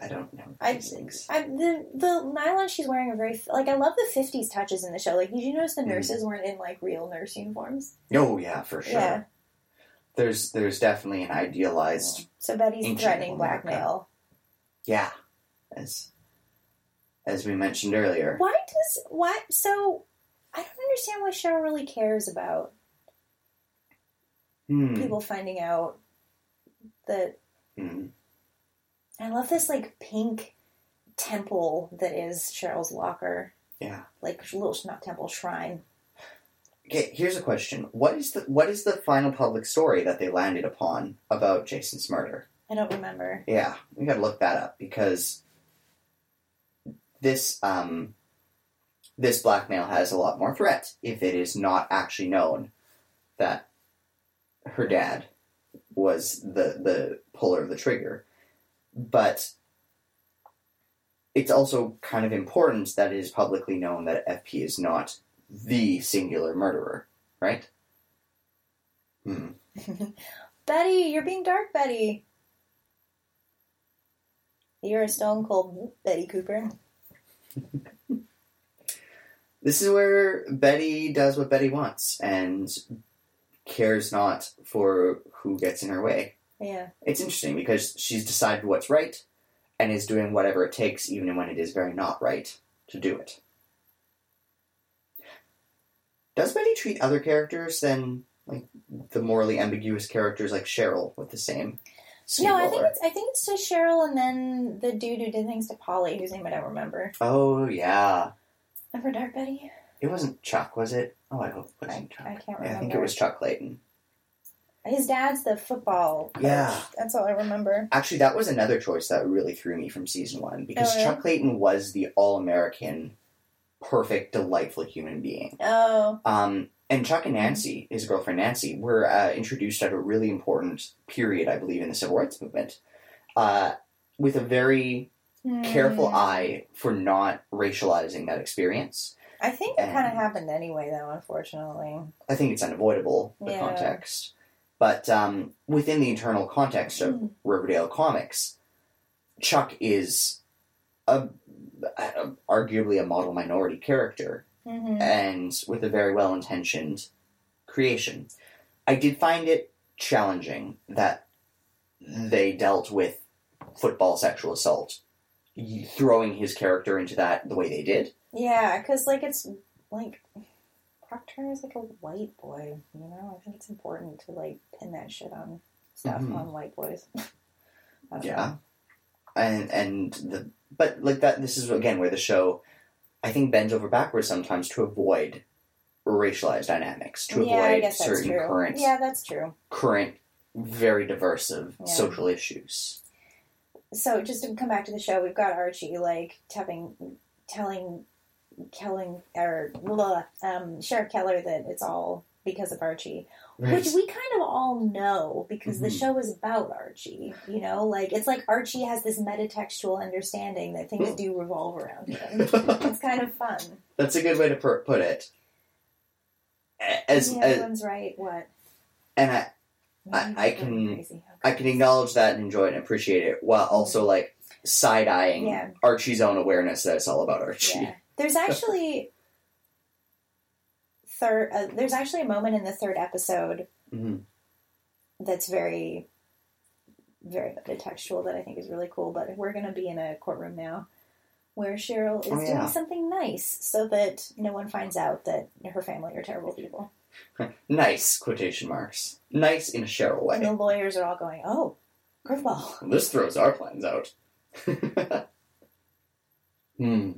C: I don't know
B: I-
C: these things.
B: I, the the nylon she's wearing are very like I love the fifties touches in the show. Like did you notice the
C: Mm.
B: nurses weren't in like real nurse uniforms?
C: Oh yeah, for sure.
B: Yeah.
C: There's there's definitely an idealized
B: So Betty's
C: Ancient
B: threatening
C: America.
B: blackmail.
C: yeah, as as we mentioned earlier.
B: Why does why so? I don't understand why Cheryl really cares about
C: Hmm.
B: people finding out that
C: Hmm.
B: I love this like pink temple that is Cheryl's locker,
C: Yeah.
B: like little sh- not temple shrine.
C: Okay, here's a question. What is the what is the final public story that they landed upon about Jason's murder?
B: I don't remember.
C: Yeah, we gotta look that up because this um this blackmail has a lot more threat if it is not actually known that her dad was the the puller of the trigger. But it's also kind of important that it is publicly known that FP is not the singular murderer, right? Hmm.
B: Betty, you're being dark, Betty. You're a stone cold Betty Cooper.
C: This is where Betty does what Betty wants and cares not for who gets in her way.
B: Yeah.
C: It's interesting because she's decided what's right and is doing whatever it takes, even when it is very not right, to do it. Does Betty treat other characters than like the morally ambiguous characters like Cheryl with the same?
B: no, I
C: steamroller?
B: think it's I think it's just Cheryl and then the dude who did things to Polly, whose name I don't remember.
C: Oh yeah,
B: Remember Dark Betty?
C: it wasn't Chuck, was it? Oh, I hope it wasn't Chuck.
B: I can't
C: Yeah, I think
B: remember.
C: it was Chuck Clayton.
B: His dad's the football. coach.
C: Yeah.
B: That's all I remember.
C: Actually, that was another choice that really threw me from season one because
B: Oh, really?
C: Chuck Clayton was the all American, perfect, delightful human being.
B: Oh.
C: Um, and Chuck and Nancy, his girlfriend Nancy, were uh, introduced at a really important period, I believe, in the civil rights movement, uh, with a very
B: Hmm.
C: careful eye for not racializing that experience.
B: I think it kind of
C: And-
B: happened anyway, though, unfortunately.
C: I think it's unavoidable, the
B: Yeah.
C: context. But um, within the internal context of
B: Mm.
C: Riverdale comics, Chuck is a, a- arguably a model minority character,
B: Mhm.
C: and with a very well intentioned creation. I did find it challenging that they dealt with football sexual assault, y- throwing his character into that the way they did.
B: Yeah, because, like, it's like Proctor is like a white boy, you know? I think it's important to, like, pin that shit on stuff
C: Mhm.
B: on white boys. I don't
C: Yeah. And and the but like that this is again where the show I think bends over backwards sometimes to avoid racialized dynamics, to
B: know. yeah, I
C: avoid
B: guess that's
C: certain
B: true.
C: current
B: Yeah, that's true.
C: current very diverse of
B: Yeah.
C: social issues.
B: So, just to come back to the show, we've got Archie, like, telling, telling, telling, or blah, um, Sheriff Keller that it's all because of Archie. Which we kind of all know because the
C: Mhm.
B: show is about Archie. You know, like it's like Archie has this metatextual understanding that things
C: Mm.
B: do revolve around him. it's kind of fun.
C: That's a good way to per- put it. A- As,
B: yeah,
C: as
B: everyone's right. What?
C: and I, I- I
B: You're
C: can-
B: Crazy.
C: I can acknowledge that and enjoy it and appreciate it while also like side eyeing
B: Yeah.
C: Archie's own awareness that it's all about Archie.
B: Yeah. There's actually
C: Mm-hmm.
B: third. Uh, there's actually a moment in the third episode
C: Mhm.
B: that's very very metatextual that I think is really cool. But we're going to be in a courtroom now where Cheryl is
C: Oh, yeah.
B: doing something nice so that no one finds out that her family are terrible people.
C: Nice quotation marks. Nice in a Cheryl
B: And the
C: way.
B: lawyers are all going, oh, curveball.
C: This throws our plans out. hmm.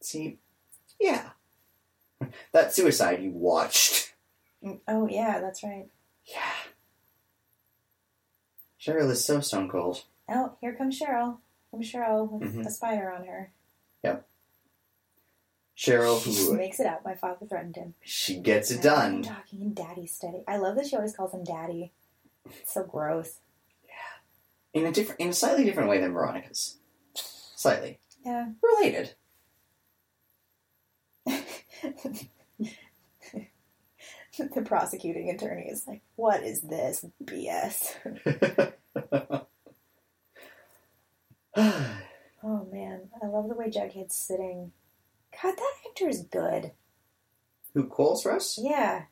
C: See, yeah. That suicide you watched.
B: Mm, Oh, yeah, that's right.
C: Yeah. Cheryl is so stone cold.
B: Oh, here comes Cheryl. I'm Cheryl with
C: Mhm.
B: a spider on her.
C: Cheryl,
B: She
C: who
B: makes it out. My father threatened him.
C: she gets it
B: I'm
C: done.
B: talking in daddy steady. I love that she always calls him daddy. It's so gross.
C: in a different, in a slightly different way than Veronica's. Slightly
B: Yeah.
C: related.
B: the prosecuting attorney is like, what is this BS? Oh, man. I love the way Jughead's sitting. God, that actor is good.
C: Who calls for us?
B: Yeah,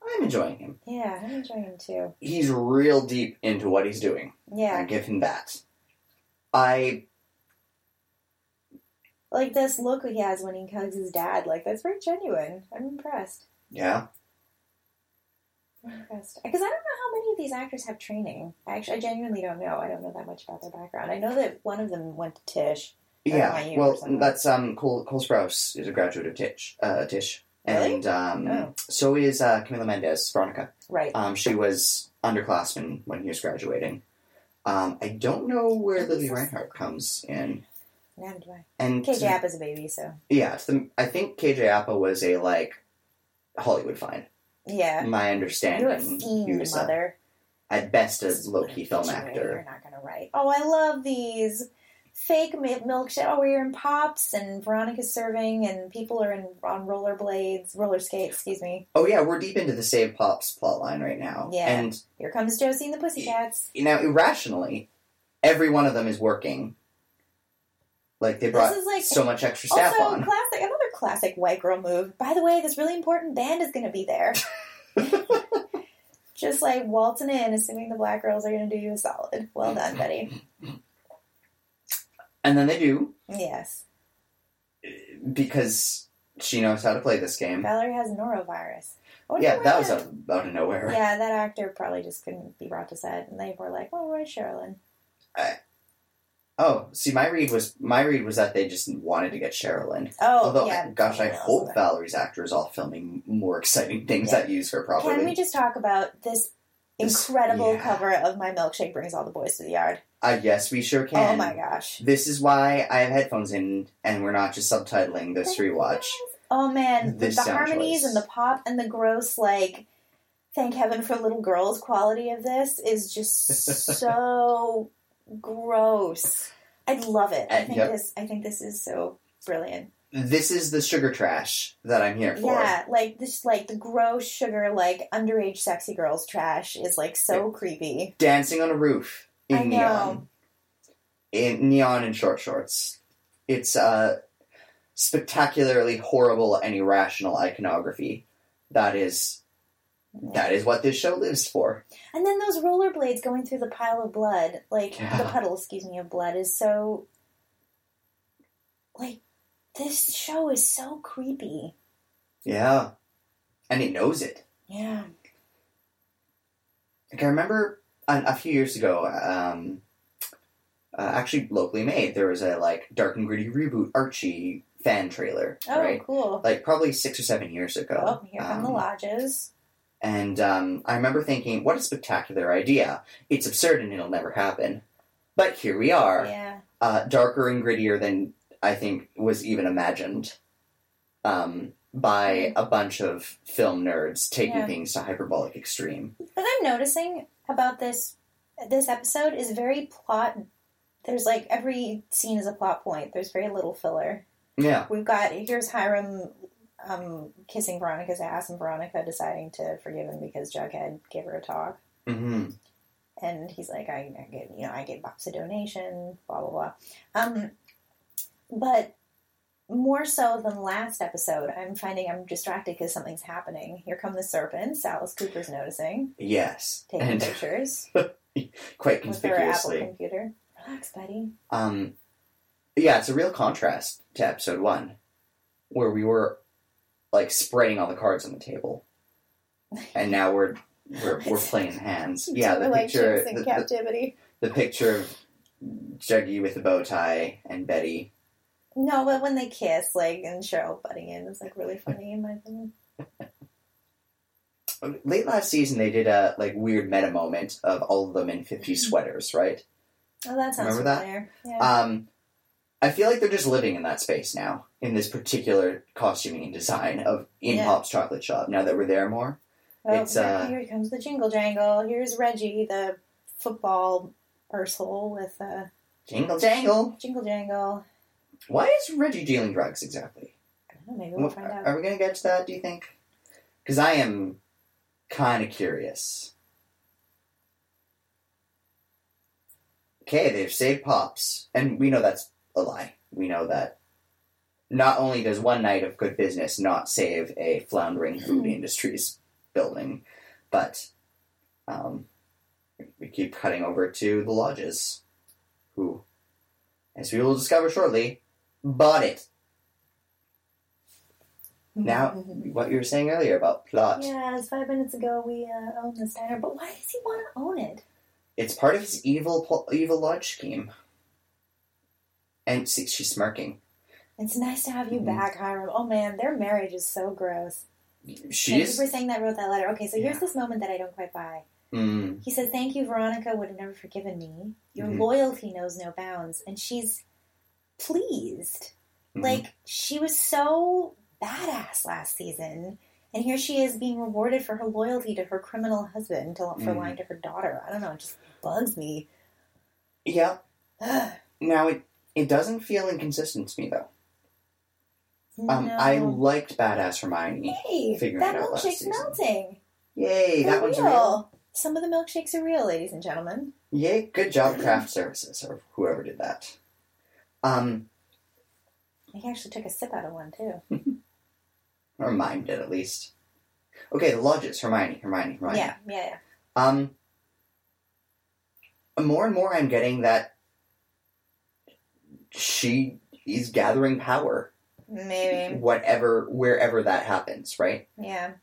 C: I'm enjoying him.
B: yeah. I'm enjoying him too.
C: He's real deep into what he's doing. I
B: Yeah.
C: give him that. I
B: Like this look he has when he hugs his dad. Like, that's very genuine. I'm impressed.
C: yeah.
B: Because I don't know how many of these actors have training. I actually, I genuinely don't know. I don't know that much about their background. I know that one of them went to Tish.
C: Yeah,
B: NYU or
C: well,
B: something.
C: that's um, Cole, Cole Sprouse is a graduate of Tish, uh, Tish,
B: Really?
C: and um,
B: Oh.
C: so is uh, Camila Mendez, Veronica.
B: Right.
C: Um, she was underclassman when he was graduating. Um, I don't know where Lily Reinhardt comes in,
B: Neither do I.
C: and to-
B: KJ App is a baby, so
C: yeah, to the, I think KJ Appa was a like Hollywood find.
B: yeah.
C: My
B: You're a
C: understanding, he
B: fiend,
C: was uh,
B: mother.
C: at best a low key
B: Put
C: film
B: you in, You're
C: actor.
B: not gonna write. Oh, I love these fake mi- milkshake. Oh, we're in pops, and Veronica's serving, and people are in on rollerblades, roller skates. Excuse me.
C: Oh yeah, we're deep into the Save Pops plotline right now,
B: Yeah.
C: and
B: Here comes Josie and the Pussycats.
C: you know, irrationally, every one of them is working. Like they brought
B: is like-
C: so much extra staff
B: also,
C: on.
B: classic another classic white girl move. By the way, this really important band is going to be there. Just like waltzing in, assuming the black girls are going to do you a solid. Well done, buddy.
C: And then they do
B: Yes,
C: because she knows how to play this game.
B: Valerie has norovirus. I wonder
C: Yeah,
B: why
C: that was out, out of nowhere.
B: Yeah, that actor probably just couldn't be brought to set, and they were like, "Well, where's Sherilyn?"
C: Oh, see, my read was my read was that they just wanted to get Cheryl in.
B: Oh,
C: Although,
B: yeah.
C: I, gosh, I
B: someone else
C: hope
B: was there.
C: Valerie's actor is all filming more exciting things
B: Yeah.
C: that use her
B: Can we
C: properly.
B: just talk about this
C: This-
B: incredible
C: yeah.
B: cover of "My Milkshake Brings All the Boys to the Yard"?
C: Uh, yes, we sure can.
B: Oh my gosh!
C: This is why I have headphones in, and we're not just subtitling this rewatch.
B: Oh man,
C: This
B: the
C: sound
B: harmonies
C: choice.
B: and the pop and the gross, like, thank heaven for little girls quality of this is just so gross. I love it. I
C: Uh,
B: think
C: yep.
B: this. I think this is so brilliant.
C: This is the sugar trash that I'm here for.
B: Yeah, like this, like the gross sugar, like underage sexy girls trash is like so creepy.
C: dancing on a roof in
B: I know.
C: neon in neon and short shorts it's uh spectacularly horrible and irrational iconography that is that is what this show lives for
B: And then those rollerblades going through the pile of blood, like
C: Yeah.
B: the puddle, excuse me, of blood is so. Like, this show is so creepy.
C: yeah and it knows it
B: Yeah.
C: like i remember a, a few years ago um uh, actually locally made there was a like dark and gritty reboot archie fan trailer
B: Oh,
C: right
B: cool.
C: like probably six or seven years ago
B: Oh, here come the
C: Um,
B: lodges.
C: And um, I remember thinking, what a spectacular idea. It's absurd and it'll never happen. But here we are,
B: Yeah.
C: uh, darker and grittier than I think was even imagined um, by a bunch of film nerds taking
B: Yeah.
C: things to hyperbolic extreme.
B: What I'm noticing about this this episode is very plot. There's like every scene is a plot point. There's very little filler.
C: Yeah.
B: We've got here's Hiram um, kissing Veronica's ass and Veronica deciding to forgive him because Jughead gave her a talk.
C: hmm
B: and he's like, I, I get, you know, I get box a donation, blah blah blah. Um, but more so than last episode, I'm finding I'm distracted because something's happening. Here come the serpents. Alice Cooper's noticing,
C: Yes,
B: taking
C: and
B: pictures
C: quite
B: with her Apple
C: conspicuously.
B: computer. Relax, buddy.
C: Um, yeah, it's a real contrast to episode one, where we were like spraying all the cards on the table, and now we're we're, we're playing hands. Yeah, the picture
B: Relationships in
C: the, the,
B: captivity.
C: the picture of Juggy with a bow tie and Betty.
B: No, but when they kiss, like, and Cheryl butting in is like really funny in my opinion.
C: Late last season, they did a like weird meta moment of all of them in fifty sweaters, right?
B: Oh, that sounds
C: Remember that?
B: familiar. Yeah.
C: Um, I feel like they're just living in that space now, in this particular costuming and design of In
B: Yeah.
C: Pop's Chocolate Shop. Now that we're there more,
B: Oh,
C: It's,
B: yeah,
C: uh,
B: here comes the jingle jangle. Here's Reggie, the football arsehole with a
C: jingle jangle.
B: jingle jangle.
C: Why is Reggie dealing drugs exactly?
B: I don't know, maybe we'll
C: Wh-
B: find out.
C: Are we gonna get to that? Do you think? Because I am kind of curious. Okay, they've saved Pops, and we know that's a lie. We know that. Not only does one night of good business not save a
B: Hmm.
C: floundering food industries building, but um, we keep cutting over to the lodges, who, as we will discover shortly, bought it.
B: Mm-hmm.
C: Now, what you were saying earlier about plot,
B: Yes, five minutes ago we uh, owned this diner, but why does he want to own it?
C: it's part of his evil pl- evil lodge scheme. And see, she's smirking.
B: It's nice to have you
C: Mhm.
B: back, Hiram. Oh man, their marriage is so gross.
C: She
B: Thank you for
C: is.
B: saying that wrote that letter. Okay, so
C: Yeah.
B: here's this moment that I don't quite buy.
C: Mm,
B: He says, Thank you, Veronica would have never forgiven me. Your
C: Mhm.
B: loyalty knows no bounds. And she's pleased.
C: mhm.
B: Like, she was so badass last season. And here she is being rewarded for her loyalty to her criminal husband, to, for
C: Mhm.
B: lying to her daughter. I don't know, it just bugs me.
C: yeah. Um,
B: Ugh,
C: Now it it doesn't feel inconsistent to me though. Um,
B: no.
C: I liked badass Hermione.
B: Hey,
C: figuring
B: that
C: it out last
B: milkshake's
C: season.
B: melting.
C: Yay,
B: They're
C: that one's real.
B: Some of the milkshakes are real, ladies and gentlemen.
C: Yay, good job, craft services or whoever did that. Um,
B: I actually took a sip out of one too.
C: or mine did at least. Okay, the lodges. Hermione, Hermione, Hermione.
B: Yeah, yeah, yeah.
C: Um, more and more, I'm getting that she is gathering power,
B: Maybe.
C: whatever, wherever that happens, right?
B: Yeah.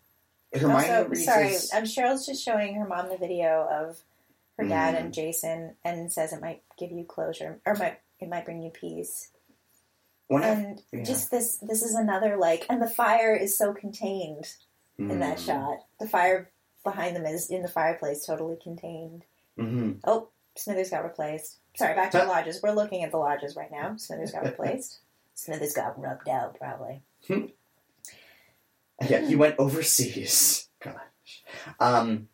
C: Hermione
B: also,
C: Reese's-
B: sorry, um, Cheryl's just showing her mom the video of her dad
C: Mm.
B: and Jason, and says it might give you closure, or might it might bring you peace.
C: when I-
B: And
C: yeah.
B: just this, this is another like, and the fire is so contained in that
C: Mm.
B: shot. The fire behind them is in the fireplace, totally contained.
C: Mhm.
B: Oh, Smithers got replaced. Sorry, back to the lodges. We're looking at the lodges right now. Smithers got replaced. Smithers got rubbed out, probably.
C: Yeah,
B: Hmm.
C: he went overseas. Gosh. Um,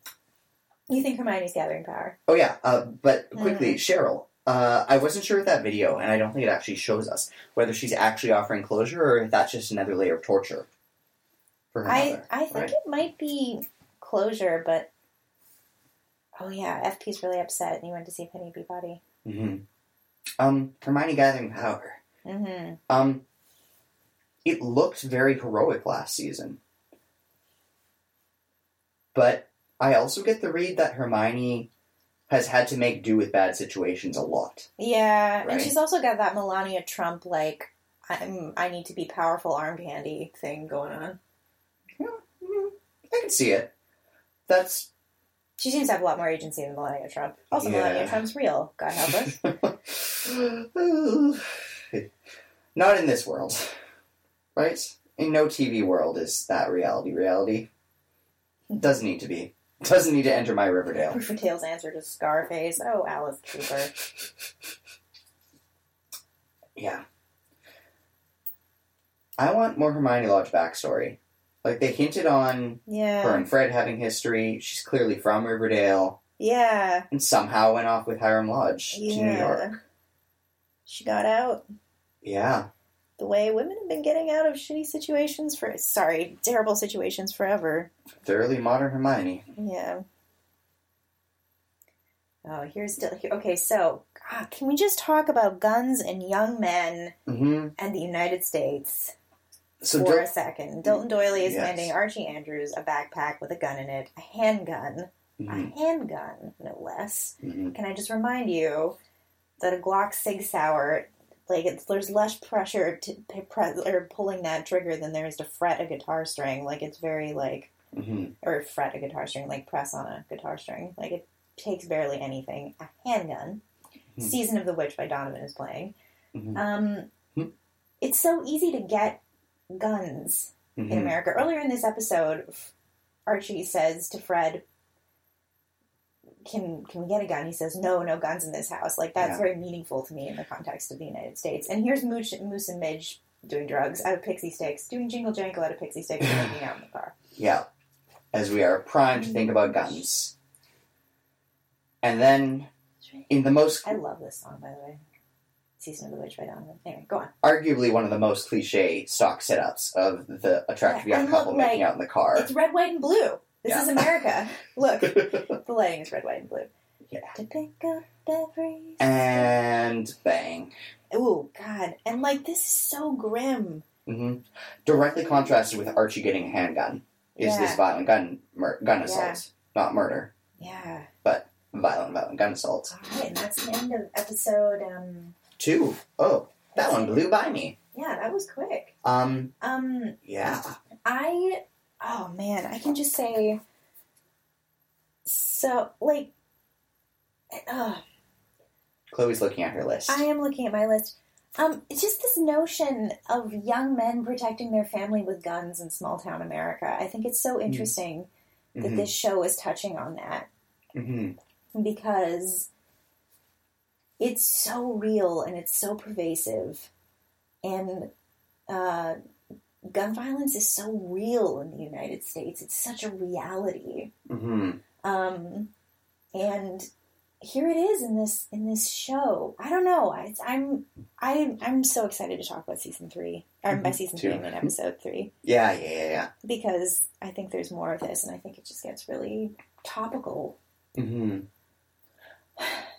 B: You think Hermione's gathering power?
C: oh yeah, uh, but
B: Hmm.
C: quickly, Cheryl. Uh, I wasn't sure with that video, and I don't think it actually shows us whether she's actually offering closure or if that's just another layer of torture for her
B: I,
C: mother.
B: I think
C: right?
B: it might be closure, but oh yeah, FP's really upset, and he went to see Penny Peabody.
C: hmm Um, Hermione gathering power.
B: Mm-hmm.
C: Um, it looked very heroic last season, but I also get the read that Hermione has had to make do with bad situations a lot.
B: Yeah,
C: Right.
B: and she's also got that Melania Trump like I'm I need to be powerful, arm candy thing going on.
C: Mhm. I can see it. That's
B: She seems to have a lot more agency than Melania Trump. Also,
C: Yeah.
B: Melania Trump's real. God help us.
C: not in this world, right? In no TV world is that reality. Reality doesn't need to be. Doesn't need to enter my Riverdale.
B: Rufus Tail's answer to Scarface. Oh, Alice Cooper.
C: Yeah. I want more Hermione Lodge backstory. Like they hinted on her
B: Yeah.
C: and Fred having history. She's clearly from Riverdale
B: Yeah.
C: and somehow went off with Hiram Lodge to New
B: Yeah.
C: York.
B: She got out
C: Yeah.
B: the way women have been getting out of shitty situations for, sorry, terrible situations forever.
C: Thoroughly modern Hermione.
B: Yeah. Oh, here's Dil- okay. So, ah, can we just talk about guns and young men
C: Mm-hmm.
B: and the United States
C: So
B: for
C: Dil-
B: a second? Dalton Doily is
C: Yes.
B: handing Archie Andrews a backpack with a gun in it, a handgun,
C: Mhm,
B: a handgun, no less.
C: mhm.
B: Can I just remind you that a Glock Sig Sauer, like it's, there's less pressure to p- press, or pulling that trigger than there is to fret a guitar string. Like it's very like
C: Mhm.
B: or fret a guitar string, like press on a guitar string. Like it takes barely anything. A handgun.
C: Hmm.
B: Season of the Witch by Donovan is playing.
C: Mhm.
B: Um,
C: Hmm.
B: It's so easy to get guns in
C: Mhm.
B: America. Earlier in this episode, F- Archie says to Fred, "Can can we get a gun?" He says, "No, no guns in this house." Like that's
C: Yeah.
B: very meaningful to me in the context of the United States. And here's Moose, Moose and Midge doing drugs out of pixie sticks, doing jingle jangle out of pixie sticks, and making out in the car.
C: Yeah. As we are primed to think about guns. And then, in the most,
B: I love this song, by the way. Season of the Witch by Donovan. Anyway, go on.
C: arguably one of the most cliche stock setups of the attractive
B: Yeah,
C: young
B: I
C: couple
B: look
C: making
B: like-
C: out in the car.
B: It's red, white, and blue. This
C: Yeah.
B: is America. Look, the lighting is red, white, and blue.
C: Yeah.
B: To pick up every.
C: And bang.
B: Ooh, God. And like, this is so grim.
C: hmm Directly contrasted with Archie getting a handgun is
B: yeah.
C: this violent gun mur- gun
B: Yeah.
C: assault, not murder,
B: Yeah.
C: violent violent gun assault.
B: All right, and that's the end of episode. Um,
C: Two. Oh, that one blew by me.
B: yeah, that was quick.
C: Um,
B: Um,
C: yeah.
B: I oh man, I can just say so like uh,
C: Chloe's looking at her list.
B: I am looking at my list. Um, it's just this notion of young men protecting their family with guns in small town America. I think it's so interesting that
C: Mhm,
B: this show is touching on that
C: mhm,
B: because it's so real and it's so pervasive, and uh, gun violence is so real in the United States. It's such a reality,
C: mhm.
B: um, and here it is in this in this show. I don't know. I, I'm I, I'm so excited to talk about season three. Or by
C: Mhm.
B: season three, I
C: Too.
B: mean episode three
C: Yeah, yeah, yeah,
B: because I think there's more of this, and I think it just gets really topical.
C: yeah. hmm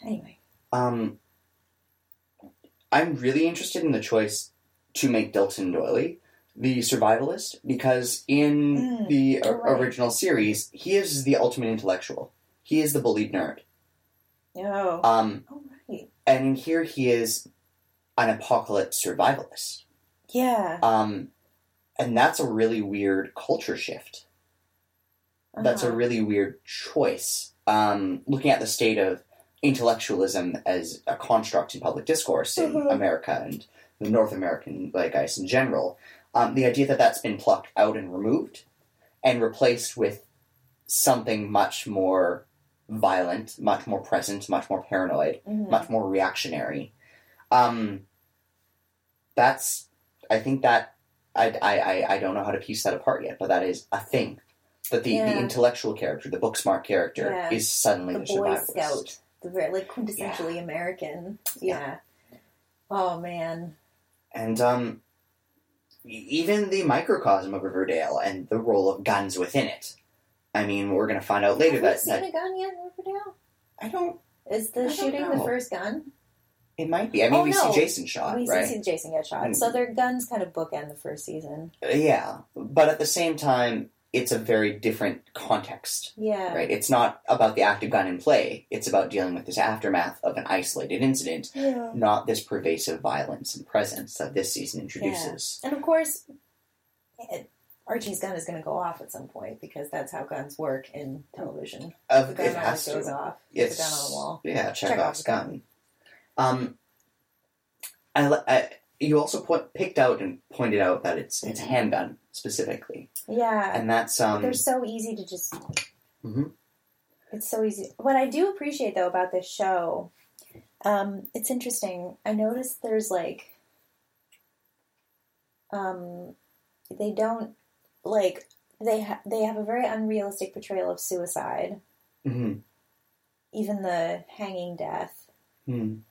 B: Anyway.
C: Um, I'm really interested in the choice to make Dilton Doily the survivalist because in
B: Mm,
C: the o-
B: you're right.
C: original series, he is the ultimate intellectual. He is the bullied nerd.
B: No.
C: Um,
B: oh right.
C: and here he is an apocalypse survivalist.
B: Yeah.
C: Um, and that's a really weird culture shift. that's a
B: Uh-huh.
C: really weird choice. Um, looking at the state of intellectualism as a construct in public discourse in
B: Mhm.
C: America and the North American zeitgeist in general, um, the idea that that's been plucked out and removed and replaced with something much more violent, much more present, much more paranoid,
B: Mhm.
C: much more reactionary. Um, that's, I think that, I, I, I, I don't know how to piece that apart yet, but that is a thing. That the, the
B: Yeah.
C: intellectual character, the book smart character,
B: Yeah.
C: is suddenly
B: the
C: the,
B: Boy
C: survivalist.
B: Scout, the very like quintessentially American. Yeah.
C: Yeah.
B: Oh man.
C: And um, e- even the microcosm of Riverdale and the role of guns within it. I mean, we're going to find out later
B: Have
C: that,
B: we seen
C: that
B: a gun yet, in Riverdale?
C: I don't.
B: Is
C: I
B: the
C: don't
B: shooting
C: know.
B: the first gun?
C: It might be. I mean,
B: Oh,
C: we
B: no.
C: see Jason shot,
B: we
C: right?
B: see Jason get shot,
C: Mm.
B: so their guns kind of bookend the first season.
C: Yeah, but at the same time, it's a very different context.
B: Yeah.
C: right? It's not about the active gun in play. It's about dealing with this aftermath of an isolated incident,
B: Yeah.
C: not this pervasive violence and presence that this season introduces.
B: And of course, it- Archie's gun is going to go off at some point because that's how guns work in television.
C: Of
B: The gun
C: Oh, it
B: always
C: has
B: goes
C: to.
B: off. It's
C: It's
B: a gun on the wall.
C: Yeah,
B: Chekhov's
C: Chekhov's gun. Um, I, li- I you also point, picked out and pointed out that it's it's a handgun specifically,
B: Yeah.
C: and that's um.
B: They're so easy to just.
C: Mhm.
B: It's so easy. What I do appreciate though about this show, um, it's interesting. I noticed there's like, um, they don't like they ha- they have a very unrealistic portrayal of suicide,
C: mhm,
B: even the hanging death.
C: mhm.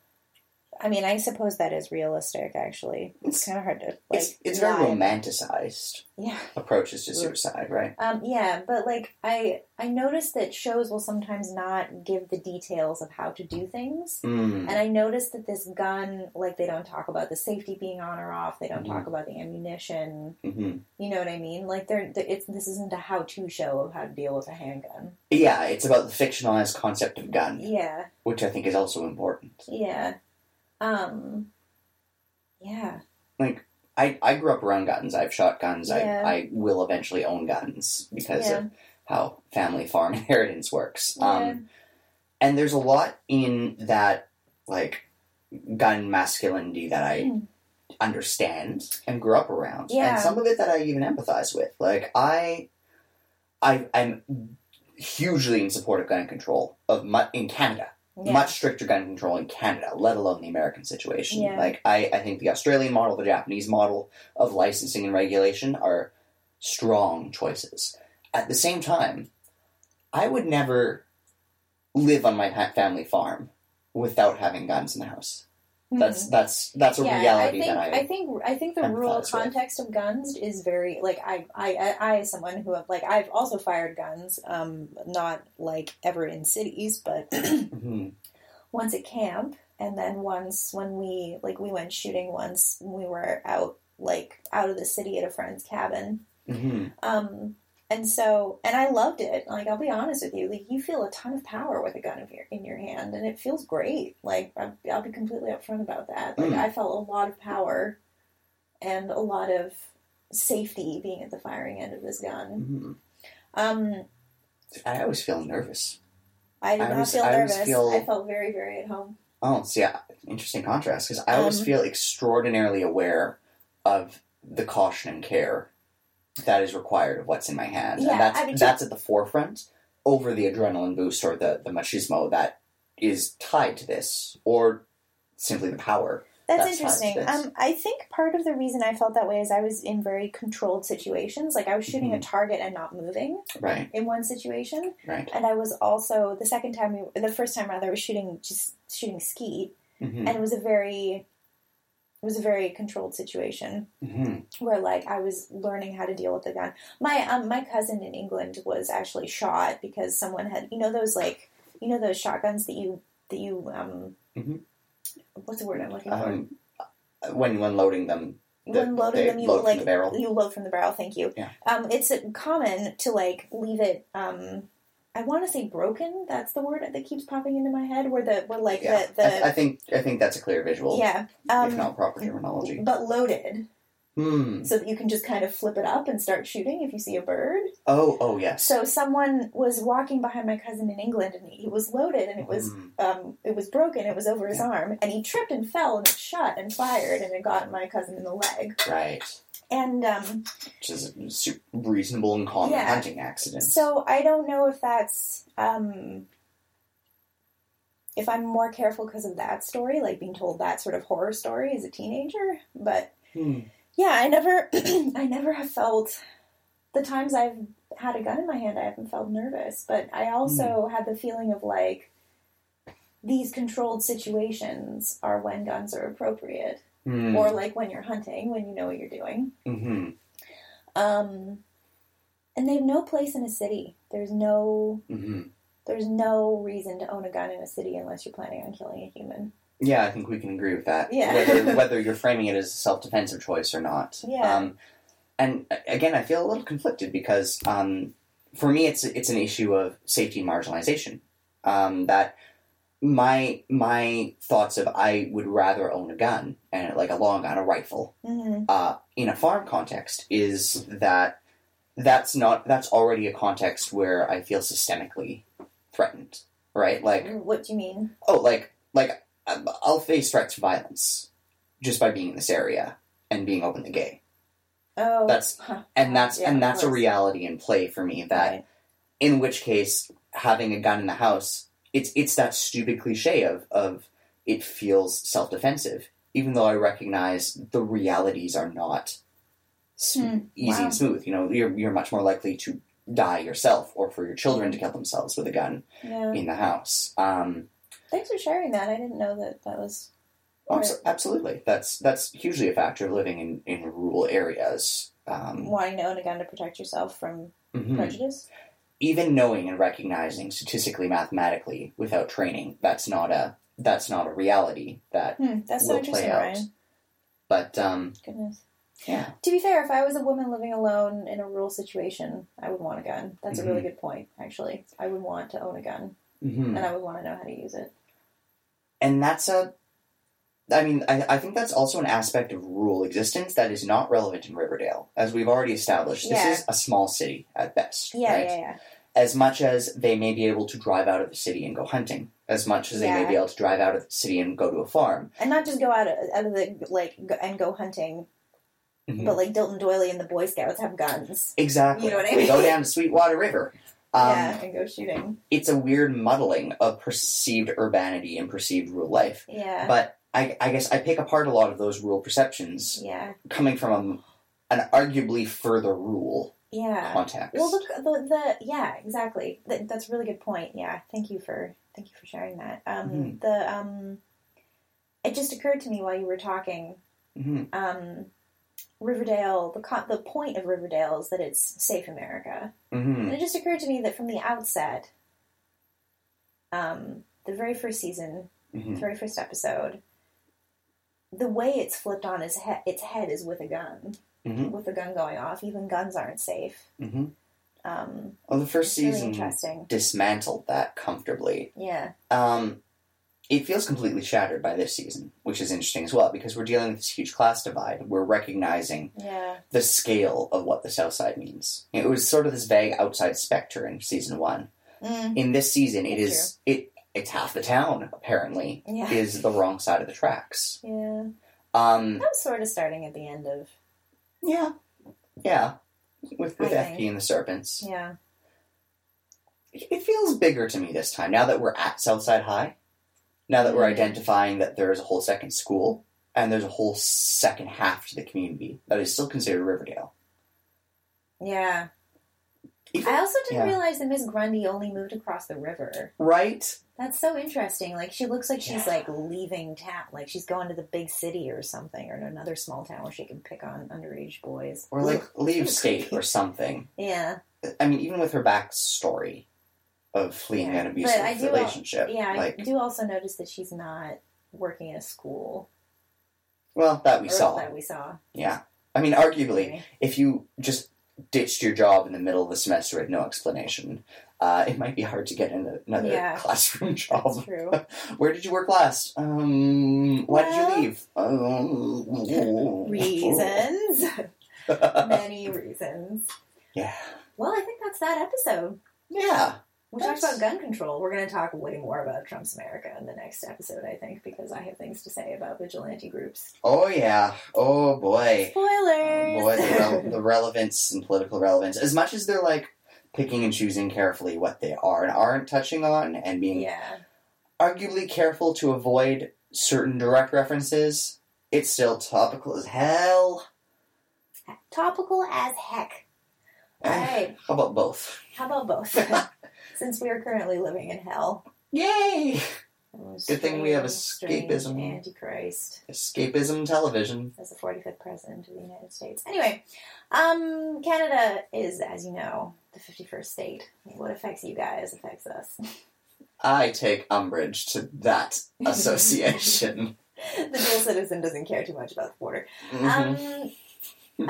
B: I mean, I suppose that is realistic. Actually, it's kind of hard to like.
C: it's it's very
B: lie.
C: romanticized
B: Yeah.
C: approaches to suicide, right?
B: Um, yeah, but like I I noticed that shows will sometimes not give the details of how to do things.
C: Mm.
B: And I noticed that this gun, like they don't talk about the safety being on or off. They don't
C: Mm-hmm.
B: talk about the ammunition.
C: hmm
B: You know what I mean? Like they're, th- it's this isn't a how-to show of how to deal with a handgun.
C: Yeah, it's about the fictionalized concept of gun,
B: Yeah,
C: which I think is also important.
B: yeah, um, yeah.
C: Like I, I grew up around guns. I've shot guns.
B: Yeah.
C: I, I will eventually own guns because
B: Yeah.
C: of how family farm inheritance works.
B: Yeah.
C: Um, and there's a lot in that like gun masculinity that I
B: Mm.
C: understand and grew up around,
B: Yeah.
C: and some of it that I even empathize with. Like I, I I'm hugely in support of gun control of mu- in Canada.
B: yeah.
C: Much stricter gun control in Canada, let alone the American situation.
B: Yeah.
C: Like I, I think the Australian model, the Japanese model of licensing and regulation are strong choices. At the same time, I would never live on my ha- family farm without having guns in the house.
B: Hmm.
C: That's that's that's a
B: Mm-hmm. yeah,
C: reality
B: I think,
C: that I,
B: I think I think the rural
C: empathize with.
B: context of guns is very like I I I, I as someone who have like I've also fired guns, um, not like ever in cities, but
C: Mhm.
B: once at camp, and then once when we like we went shooting once we were out like out of the city at a friend's cabin,
C: Mhm.
B: um, and so and I loved it. Like I'll be honest with you, like you feel a ton of power with a gun in your in your hand, and it feels great. Like I'll, I'll be completely upfront about that. Like
C: Mm.
B: I felt a lot of power and a lot of safety being at the firing end of this gun.
C: Mhm.
B: Um,
C: I always feel nervous.
B: I did
C: I
B: not
C: always-
B: feel
C: I always
B: nervous.
C: feel-
B: I felt very very at home.
C: Oh, see, I- interesting contrast because I always
B: Um.
C: feel extraordinarily aware of the caution and care that is required of what's in my hand,
B: Yeah,
C: and that's
B: I mean,
C: that's at the forefront over the adrenaline boost or the the machismo that is tied to this, or simply the power.
B: That's,
C: That's how it
B: interesting.
C: is.
B: Um, I think part of the reason I felt that way is I was in very controlled situations. Like I was
C: Mm-hmm.
B: shooting a target and not moving
C: Right,
B: in one situation.
C: right.
B: and I was also the second time we, the first time rather, I was shooting just shooting ski,
C: hmm
B: and it was a very, it was a very controlled situation
C: hmm
B: where like I was learning how to deal with the gun. My um my cousin in England was actually shot because someone had you know those like you know those shotguns that you that you um
C: Mhm.
B: what's the word I'm looking for
C: Um, when when loading them, the-
B: when loading
C: they
B: them, you
C: load from
B: like
C: the barrel.
B: you load from the barrel. Thank you.
C: Yeah.
B: Um, it's uh, common to like leave it. Um, I want to say broken. That's the word that keeps popping into my head. Where the where like
C: yeah,
B: the the
C: I, th- I think I think that's a clear visual,
B: yeah.
C: if
B: Um,
C: not proper terminology.
B: but loaded,
C: Hmm.
B: so that you can just kind of flip it up and start shooting if you see a bird.
C: Oh, oh yes.
B: So someone was walking behind my cousin in England, and he was loaded, and it was
C: Hmm.
B: um, it was broken. It was over his arm, and he tripped and fell, and it shot and fired, and it got my cousin in the leg.
C: right.
B: And um,
C: which is a su- reasonable and common
B: Yeah.
C: hunting accident.
B: So I don't know if that's um, if I'm more careful because of that story, like being told that sort of horror story as a teenager. But
C: Hmm.
B: yeah, I never, I never have felt the times I've had a gun in my hand. I haven't felt nervous, but I also had the feeling of like these controlled situations are when guns are appropriate,
C: Hmm.
B: or like when you're hunting, when you know what you're doing.
C: Mhm.
B: Um, and they have no place in a city. There's no
C: Mhm.
B: there's no reason to own a gun in a city unless you're planning on killing a human.
C: Yeah, I think we can agree with that.
B: Yeah.
C: Whether, whether you're framing it as a self defensive choice or not.
B: Yeah.
C: Um, and a- again, I feel a little conflicted because um, for me, it's it's an issue of safety and marginalization. Um, that my my thoughts of I would rather own a gun and like a long gun, a rifle,
B: Mm-hmm.
C: uh, in a farm context is that that's not that's already a context where I feel systemically threatened, right? Like
B: What do you mean?
C: oh, like like um, I'll face threats of violence just by being in this area and being openly gay,
B: Oh,
C: That's-
B: huh,
C: and that's
B: Yeah,
C: and
B: of
C: that's a
B: course.
C: reality in play for me. That
B: right.
C: in which case having a gun in the house, it's it's that stupid cliche of of it feels self defensive, even though I recognize the realities are not sm-
B: Hmm,
C: easy
B: wow.
C: and smooth. You know, you're you're much more likely to die yourself or for your children to kill themselves with a gun
B: Yeah.
C: in the house. Um,
B: Thanks for sharing that. I didn't know that that was
C: Oh, abso- absolutely. That's that's hugely a factor living in, in rural areas. Um,
B: wanting to own a gun to protect yourself from
C: mhm.
B: prejudice.
C: Even knowing and recognizing statistically, mathematically, without training, that's not a that's not a reality. That,
B: Hmm, that's so
C: Will play
B: interesting,
C: out.
B: Ryan.
C: but um,
B: Goodness.
C: yeah,
B: To be fair, if I was a woman living alone in a rural situation, I would want a gun. That's a really good point, actually. I would want to own a gun,
C: Mm-hmm. hmm
B: and I would want to know how to use it.
C: and that's a. I mean, I, I think that's also an aspect of rural existence that is not relevant in Riverdale, as we've already established.
B: Yeah.
C: This is a small city at best.
B: Yeah,
C: right?
B: yeah, yeah.
C: as much as they may be able to drive out of the city and go hunting, as much as they
B: Yeah.
C: may be able to drive out of the city and go to a farm.
B: And not just go out out of the like go, and go hunting,
C: Mhm.
B: but like Dilton Doily and the Boy Scouts have guns.
C: Exactly.
B: You know what I mean?
C: Go down to Sweetwater River. Um,
B: yeah, and go shooting.
C: It's a weird muddling of perceived urbanity and perceived rural life.
B: Yeah,
C: But I, I guess I pick apart a lot of those rural perceptions
B: yeah,
C: coming from a, an arguably further rural
B: yeah.
C: context.
B: Well, look, the, the yeah, exactly. That, that's a really good point. Yeah, thank you for thank you for sharing that. Um,
C: Mhm.
B: The um, it just occurred to me while you were talking.
C: Mhm.
B: Um, Riverdale, the co- the point of Riverdale is that it's safe America,
C: Mhm.
B: and it just occurred to me that from the outset, um, the very first season,
C: Mhm.
B: the very first episode. The way it's flipped on its head, its head is with a gun,
C: Mhm.
B: with a gun going off. Even guns aren't safe.
C: Mhm.
B: Um,
C: Well, the first
B: it's really
C: season
B: interesting.
C: dismantled that comfortably.
B: Yeah,
C: um, it feels completely shattered by this season, which is interesting as well because we're dealing with this huge class divide. We're recognizing
B: yeah,
C: the scale of what the South Side means. It was sort of this vague outside specter in season one.
B: mm,
C: In this season, it
B: That's
C: is it it's half the town apparently
B: yeah,
C: is the wrong side of the tracks.
B: yeah.
C: Um,
B: That was sort of starting at the end of
C: yeah, yeah, with with
B: I think.
C: FP and the Serpents,
B: yeah,
C: it it feels bigger to me this time. Now that we're at Southside High, now that we're
B: Mhm.
C: identifying that there is a whole second school and there's a whole second half to the community that is still considered Riverdale.
B: yeah.
C: If-
B: I also didn't
C: yeah.
B: realize that Miss Grundy only moved across the river.
C: Right?
B: That's so interesting. Like she looks like she's
C: Yeah.
B: like leaving town, like she's going to the big city or something, or to another small town where she can pick on underage boys
C: Or like leave
B: Ooh,
C: state
B: creepy.
C: or something.
B: Yeah,
C: I mean, even with her backstory of fleeing
B: Yeah.
C: an
B: But I
C: abusive
B: do al-
C: relationship.
B: yeah.
C: Like,
B: I do also notice that she's not working in a school.
C: well, that we
B: or
C: saw.
B: that we saw.
C: Yeah. I mean, arguably, if you just ditched your job in the middle of the semester with no explanation, uh, it might be hard to get an- another
B: Yeah.
C: classroom
B: That's
C: job.
B: true.
C: Where did you work last? Um, why did
B: Well-
C: you leave? Um,
B: reasons, many reasons.
C: yeah.
B: Well, I think that's that episode.
C: Yeah.
B: We talked
C: That's-
B: about gun control. We're going to talk way more about Trump's America in the next episode, I think, because I have things to say about vigilante groups.
C: Oh, yeah. Oh, boy.
B: Spoilers!
C: Oh, boy, the, rel- the relevance and political relevance. As much as they're like picking and choosing carefully what they are and aren't touching on and being
B: yeah.
C: arguably careful to avoid certain direct references, it's still topical as hell.
B: Topical as heck. All right.
C: Eh, How about both?
B: How about both? Since we are currently living in hell.
C: Yay!
B: Good
C: thing we have escapism.
B: Antichrist.
C: Escapism television.
B: as the 45th president of the United States. Anyway, um, Canada is, as you know, the 51st state. What affects you guys affects us.
C: I take umbrage to that association.
B: the dual citizen doesn't care too much about the border.
C: Mhm. Mm-hmm.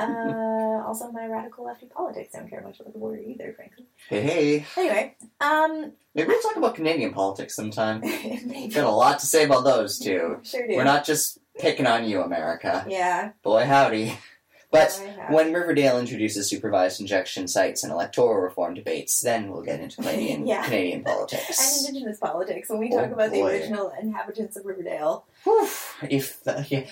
B: Um, uh, also, my radical lefty politics don't care much about the border either, frankly.
C: hey, hey.
B: Anyway, um,
C: Maybe we'll talk about Canadian politics sometime.
B: maybe.
C: Got a lot to say about those too.
B: Sure do.
C: We're not just picking on you, America.
B: yeah.
C: Boy, howdy. But
B: I have-
C: when Riverdale introduces supervised injection sites and electoral reform debates, then we'll get into Canadian
B: Yeah.
C: Canadian
B: and
C: politics.
B: Indigenous politics, when we talk
C: Oh,
B: about the
C: boy.
B: original inhabitants of Riverdale,
C: Whew, if the, yeah.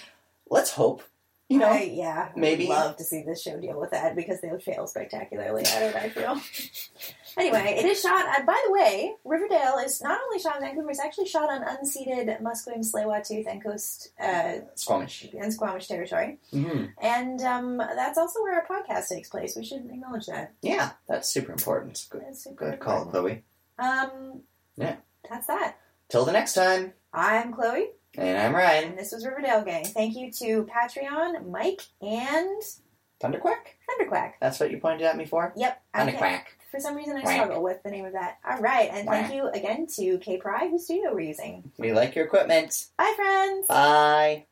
C: let's hope. You know,
B: I, yeah, I would
C: maybe.
B: love to see this show deal with that because they would fail spectacularly at it. I feel. anyway, it is shot. Uh, by the way, Riverdale is not only shot in Vancouver; it's actually shot on unceded Musqueam, Tsleil-Waututh, and Coast uh,
C: Squamish.
B: and Squamish territory,
C: hmm
B: and um, that's also where our podcast takes place. We should acknowledge that.
C: Yeah, that's super important. Good,
B: That's super
C: good call,
B: important.
C: Chloe.
B: Um,
C: Yeah.
B: that's that.
C: Till the next time.
B: I'm Chloe.
C: And I'm Ryan.
B: And this was Riverdale Gang. Thank you to Patreon, Mike, and
C: Thunderquack?
B: Thunderquack.
C: That's what you pointed at me for?
B: Yep. I can't-
C: Thunderquack.
B: For some reason, I
C: Quack.
B: struggle with the name of that. All right. And
C: Quack.
B: thank you again to K Pry, whose studio we're using.
C: We like your equipment.
B: Bye, friends.
C: Bye.